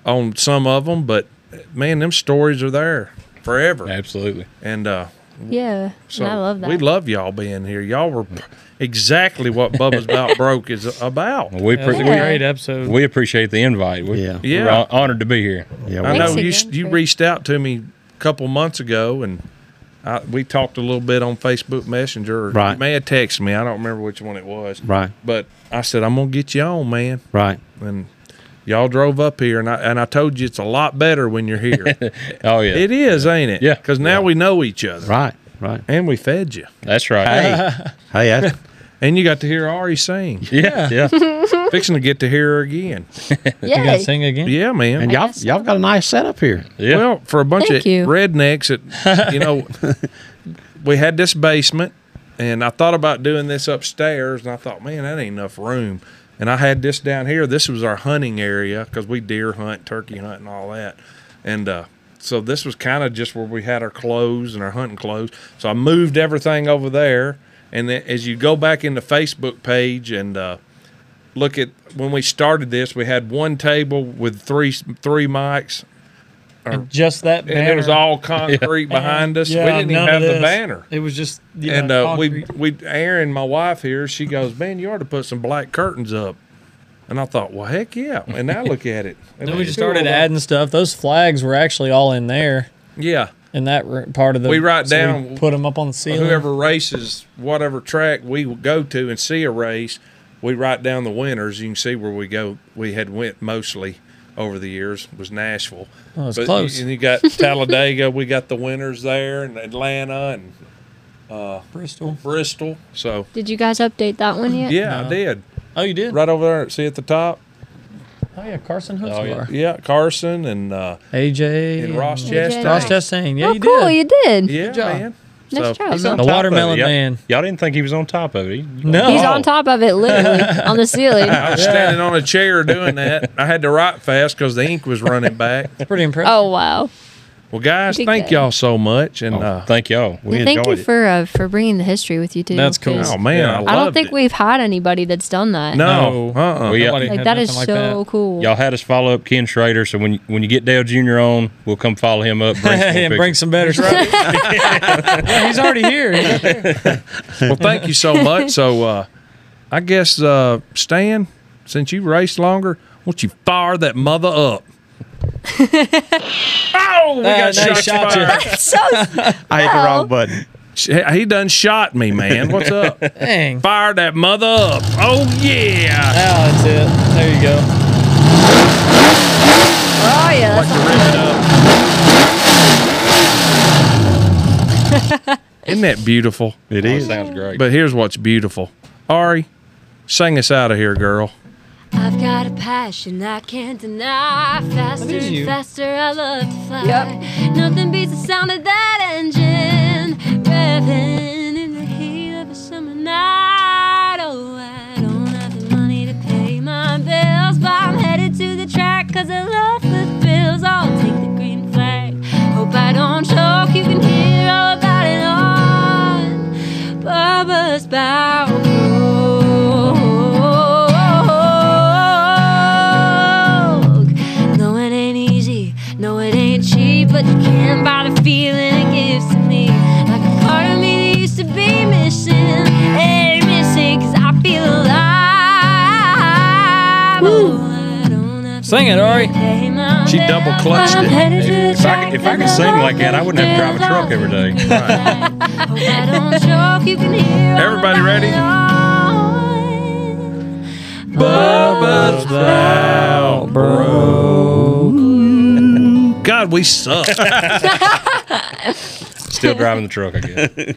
Speaker 1: on some of them but man them stories are there forever
Speaker 5: Absolutely.
Speaker 1: and uh
Speaker 4: Yeah.
Speaker 1: so
Speaker 4: and I love that.
Speaker 1: we love y'all being here y'all were exactly what bubba's
Speaker 4: [laughs]
Speaker 1: about broke is about
Speaker 5: Well, we
Speaker 2: That was a
Speaker 5: appre-
Speaker 2: great episode.
Speaker 5: we appreciate the invite. We,
Speaker 7: Yeah.
Speaker 5: We're
Speaker 1: Yeah.
Speaker 5: hon- honored to be here.
Speaker 7: Yeah,
Speaker 1: i
Speaker 7: we-
Speaker 1: know
Speaker 4: Thanks
Speaker 1: you
Speaker 4: again
Speaker 1: you
Speaker 4: for-
Speaker 1: reached out to me a couple months ago and I, we talked a little bit on Facebook Messenger. Or
Speaker 7: Right.
Speaker 1: You may have texted me. I don't remember which one it was.
Speaker 7: Right.
Speaker 1: But I said, I'm going to get you on, man.
Speaker 7: right.
Speaker 1: and y'all drove up here and I and I told you it's a lot better when you're
Speaker 7: [laughs]
Speaker 1: here.
Speaker 5: Oh yeah.
Speaker 1: it is, ain't it?
Speaker 5: Yeah.
Speaker 1: Because now we know each other.
Speaker 7: Right. Right.
Speaker 1: And we fed you.
Speaker 5: That's right.
Speaker 7: Hey. hey. That's,
Speaker 1: And you got to hear Ari
Speaker 7: [laughs]
Speaker 1: sing.
Speaker 5: Yeah. Yeah.
Speaker 1: Fixing to get to hear her again.
Speaker 2: You got
Speaker 4: Yay.
Speaker 2: to sing again?
Speaker 1: Yeah, man.
Speaker 7: and y'all y'all got a nice setup here.
Speaker 5: Yeah.
Speaker 1: Well, for a bunch
Speaker 4: Thank
Speaker 1: of
Speaker 4: you.
Speaker 1: rednecks, it, you know, we had this basement, and I thought about doing this upstairs, and I thought, man, that ain't enough room. And I had this down here. This was our hunting area because we deer hunt, turkey hunt, and all that. And uh, so this was kind of just where we had our clothes and our hunting clothes. So I moved everything over there. And then as you go back in the Facebook page and uh, look at when we started this, we had one table with three three mics
Speaker 2: Just that banner.
Speaker 1: and it was all concrete behind us.
Speaker 2: Yeah,
Speaker 1: we didn't even
Speaker 2: none of
Speaker 1: have the
Speaker 2: this.
Speaker 1: banner.
Speaker 2: It was just yeah,
Speaker 1: And uh, we
Speaker 2: concrete.
Speaker 1: we Aaron, my wife here, she goes, "Man, you ought to put some black curtains up." And I thought, "Well, heck yeah!" And now look at
Speaker 2: [laughs]
Speaker 1: it.
Speaker 2: Then we just started adding stuff. Those flags were actually all in there
Speaker 1: Yeah,
Speaker 2: in that r- part of the.
Speaker 1: We write
Speaker 2: so
Speaker 1: down
Speaker 2: put them up on the ceiling.
Speaker 1: whoever races whatever track we will go to and see a race, we write down the winners. You can see where we go. We had went mostly over the years was Nashville.
Speaker 2: Oh, it's
Speaker 1: But
Speaker 2: close.
Speaker 1: You, and you
Speaker 2: [laughs]
Speaker 1: got Talladega. we got the winners there, and Atlanta and
Speaker 2: Bristol.
Speaker 1: Bristol. So
Speaker 4: Did you guys update that one yet?
Speaker 1: yeah, I did.
Speaker 2: Oh, you did.
Speaker 1: Right over there, see at the top.
Speaker 2: Oh yeah, Carson
Speaker 5: Oh, yeah.
Speaker 2: Hutzler.
Speaker 1: Yeah, Carson and uh,
Speaker 2: AJ.
Speaker 1: and Ross
Speaker 4: AJ.
Speaker 1: Chastain.
Speaker 2: Ross Chastain. Yeah,
Speaker 4: oh,
Speaker 2: you did.
Speaker 4: cool, you did.
Speaker 1: Yeah,
Speaker 2: Good job.
Speaker 1: man.
Speaker 4: Nice
Speaker 1: So-
Speaker 4: job.
Speaker 5: He's on
Speaker 4: man.
Speaker 2: The
Speaker 5: top of
Speaker 2: [laughs]
Speaker 5: it.
Speaker 2: watermelon
Speaker 5: Y'all-
Speaker 2: man.
Speaker 5: Y'all didn't think he was on top of it. He-
Speaker 2: No.
Speaker 4: He's on top of it, literally, on the ceiling.
Speaker 1: I was standing on a chair doing
Speaker 5: [laughs]
Speaker 1: that. I had to write fast because the ink was running back.
Speaker 2: Pretty impressive.
Speaker 4: Oh wow!
Speaker 1: Well, guys,
Speaker 4: Big
Speaker 1: thank
Speaker 4: day.
Speaker 1: y'all so much. And
Speaker 5: Oh,
Speaker 1: uh,
Speaker 5: thank y'all. We
Speaker 4: And thank you
Speaker 5: enjoyed it.
Speaker 4: for uh, for bringing the history with you too.
Speaker 2: That's cool.
Speaker 4: 'cause
Speaker 1: oh man,
Speaker 5: Yeah.
Speaker 1: I,
Speaker 5: I
Speaker 1: loved
Speaker 4: I don't think
Speaker 1: it.
Speaker 4: we've had anybody that's done that.
Speaker 1: No,
Speaker 2: No.
Speaker 1: uh-uh.
Speaker 2: Nobody
Speaker 5: We- yeah.
Speaker 4: like
Speaker 2: had
Speaker 4: that
Speaker 2: nothing
Speaker 4: is
Speaker 2: like
Speaker 4: so
Speaker 2: that.
Speaker 4: cool.
Speaker 5: Y'all had us follow up Ken Schrader, so when you, when you get Dale Jr. on, we'll come follow him up. Bring some
Speaker 2: [laughs]
Speaker 5: more
Speaker 2: and bring
Speaker 5: pictures.
Speaker 2: some better stuff. Yeah, [laughs] he's already here.
Speaker 1: well, thank you so much.
Speaker 4: [laughs]
Speaker 1: So, uh, I guess uh, Stan, since you raced longer, won't you fire that mother
Speaker 4: [laughs]
Speaker 1: up? oh,
Speaker 5: Uh,
Speaker 1: we
Speaker 2: Ah,
Speaker 1: got
Speaker 2: they
Speaker 1: shots
Speaker 2: shot you.
Speaker 1: fired.
Speaker 4: So
Speaker 7: I hit the wrong button.
Speaker 1: Sh- He done shot me, man. What's up?
Speaker 2: Dang.
Speaker 1: fire that mother up. Oh yeah.
Speaker 2: Oh, that's it. There you go.
Speaker 4: oh yeah, that's
Speaker 1: Rip it up. Isn't that beautiful?
Speaker 7: It
Speaker 5: It
Speaker 7: is.
Speaker 5: sounds great.
Speaker 1: But here's what's beautiful. Ari, sing us out of here, girl.
Speaker 3: I've got a passion I can't deny. Faster
Speaker 2: is you.
Speaker 3: and faster, I love to fly. Nothing beats the sound of that engine revving in the heat of a summer night. Oh, I don't have the money to pay my bills, but I'm headed to the track 'cause I love the thrills. I'll take the green flag. Hope I don't choke. You can hear all about it on Bubba's Bow. No, it ain't easy. No, it ain't cheap, but you can buy the feeling it gives to me. Like a part of me that used to be missing. Ain't missing, cause I feel alive. Oh, I don't have to
Speaker 2: Sing it, Ari.
Speaker 3: pay my
Speaker 1: She
Speaker 3: bills,
Speaker 1: double
Speaker 3: but
Speaker 1: clutched
Speaker 3: I'm
Speaker 1: it.
Speaker 3: headed to
Speaker 1: [laughs]
Speaker 3: the
Speaker 5: if I,
Speaker 3: track
Speaker 5: could- if I
Speaker 3: and
Speaker 5: could
Speaker 3: I
Speaker 5: sing
Speaker 3: love
Speaker 5: like that, I wouldn't have to
Speaker 3: the
Speaker 5: drive a truck
Speaker 3: thrills
Speaker 5: every day.
Speaker 3: Hope I don't choke, you can hear all
Speaker 1: Everybody
Speaker 3: about
Speaker 1: ready?
Speaker 3: it all.
Speaker 1: Bubba's Bow Broke. God, we suck.
Speaker 5: Still driving the truck, I guess.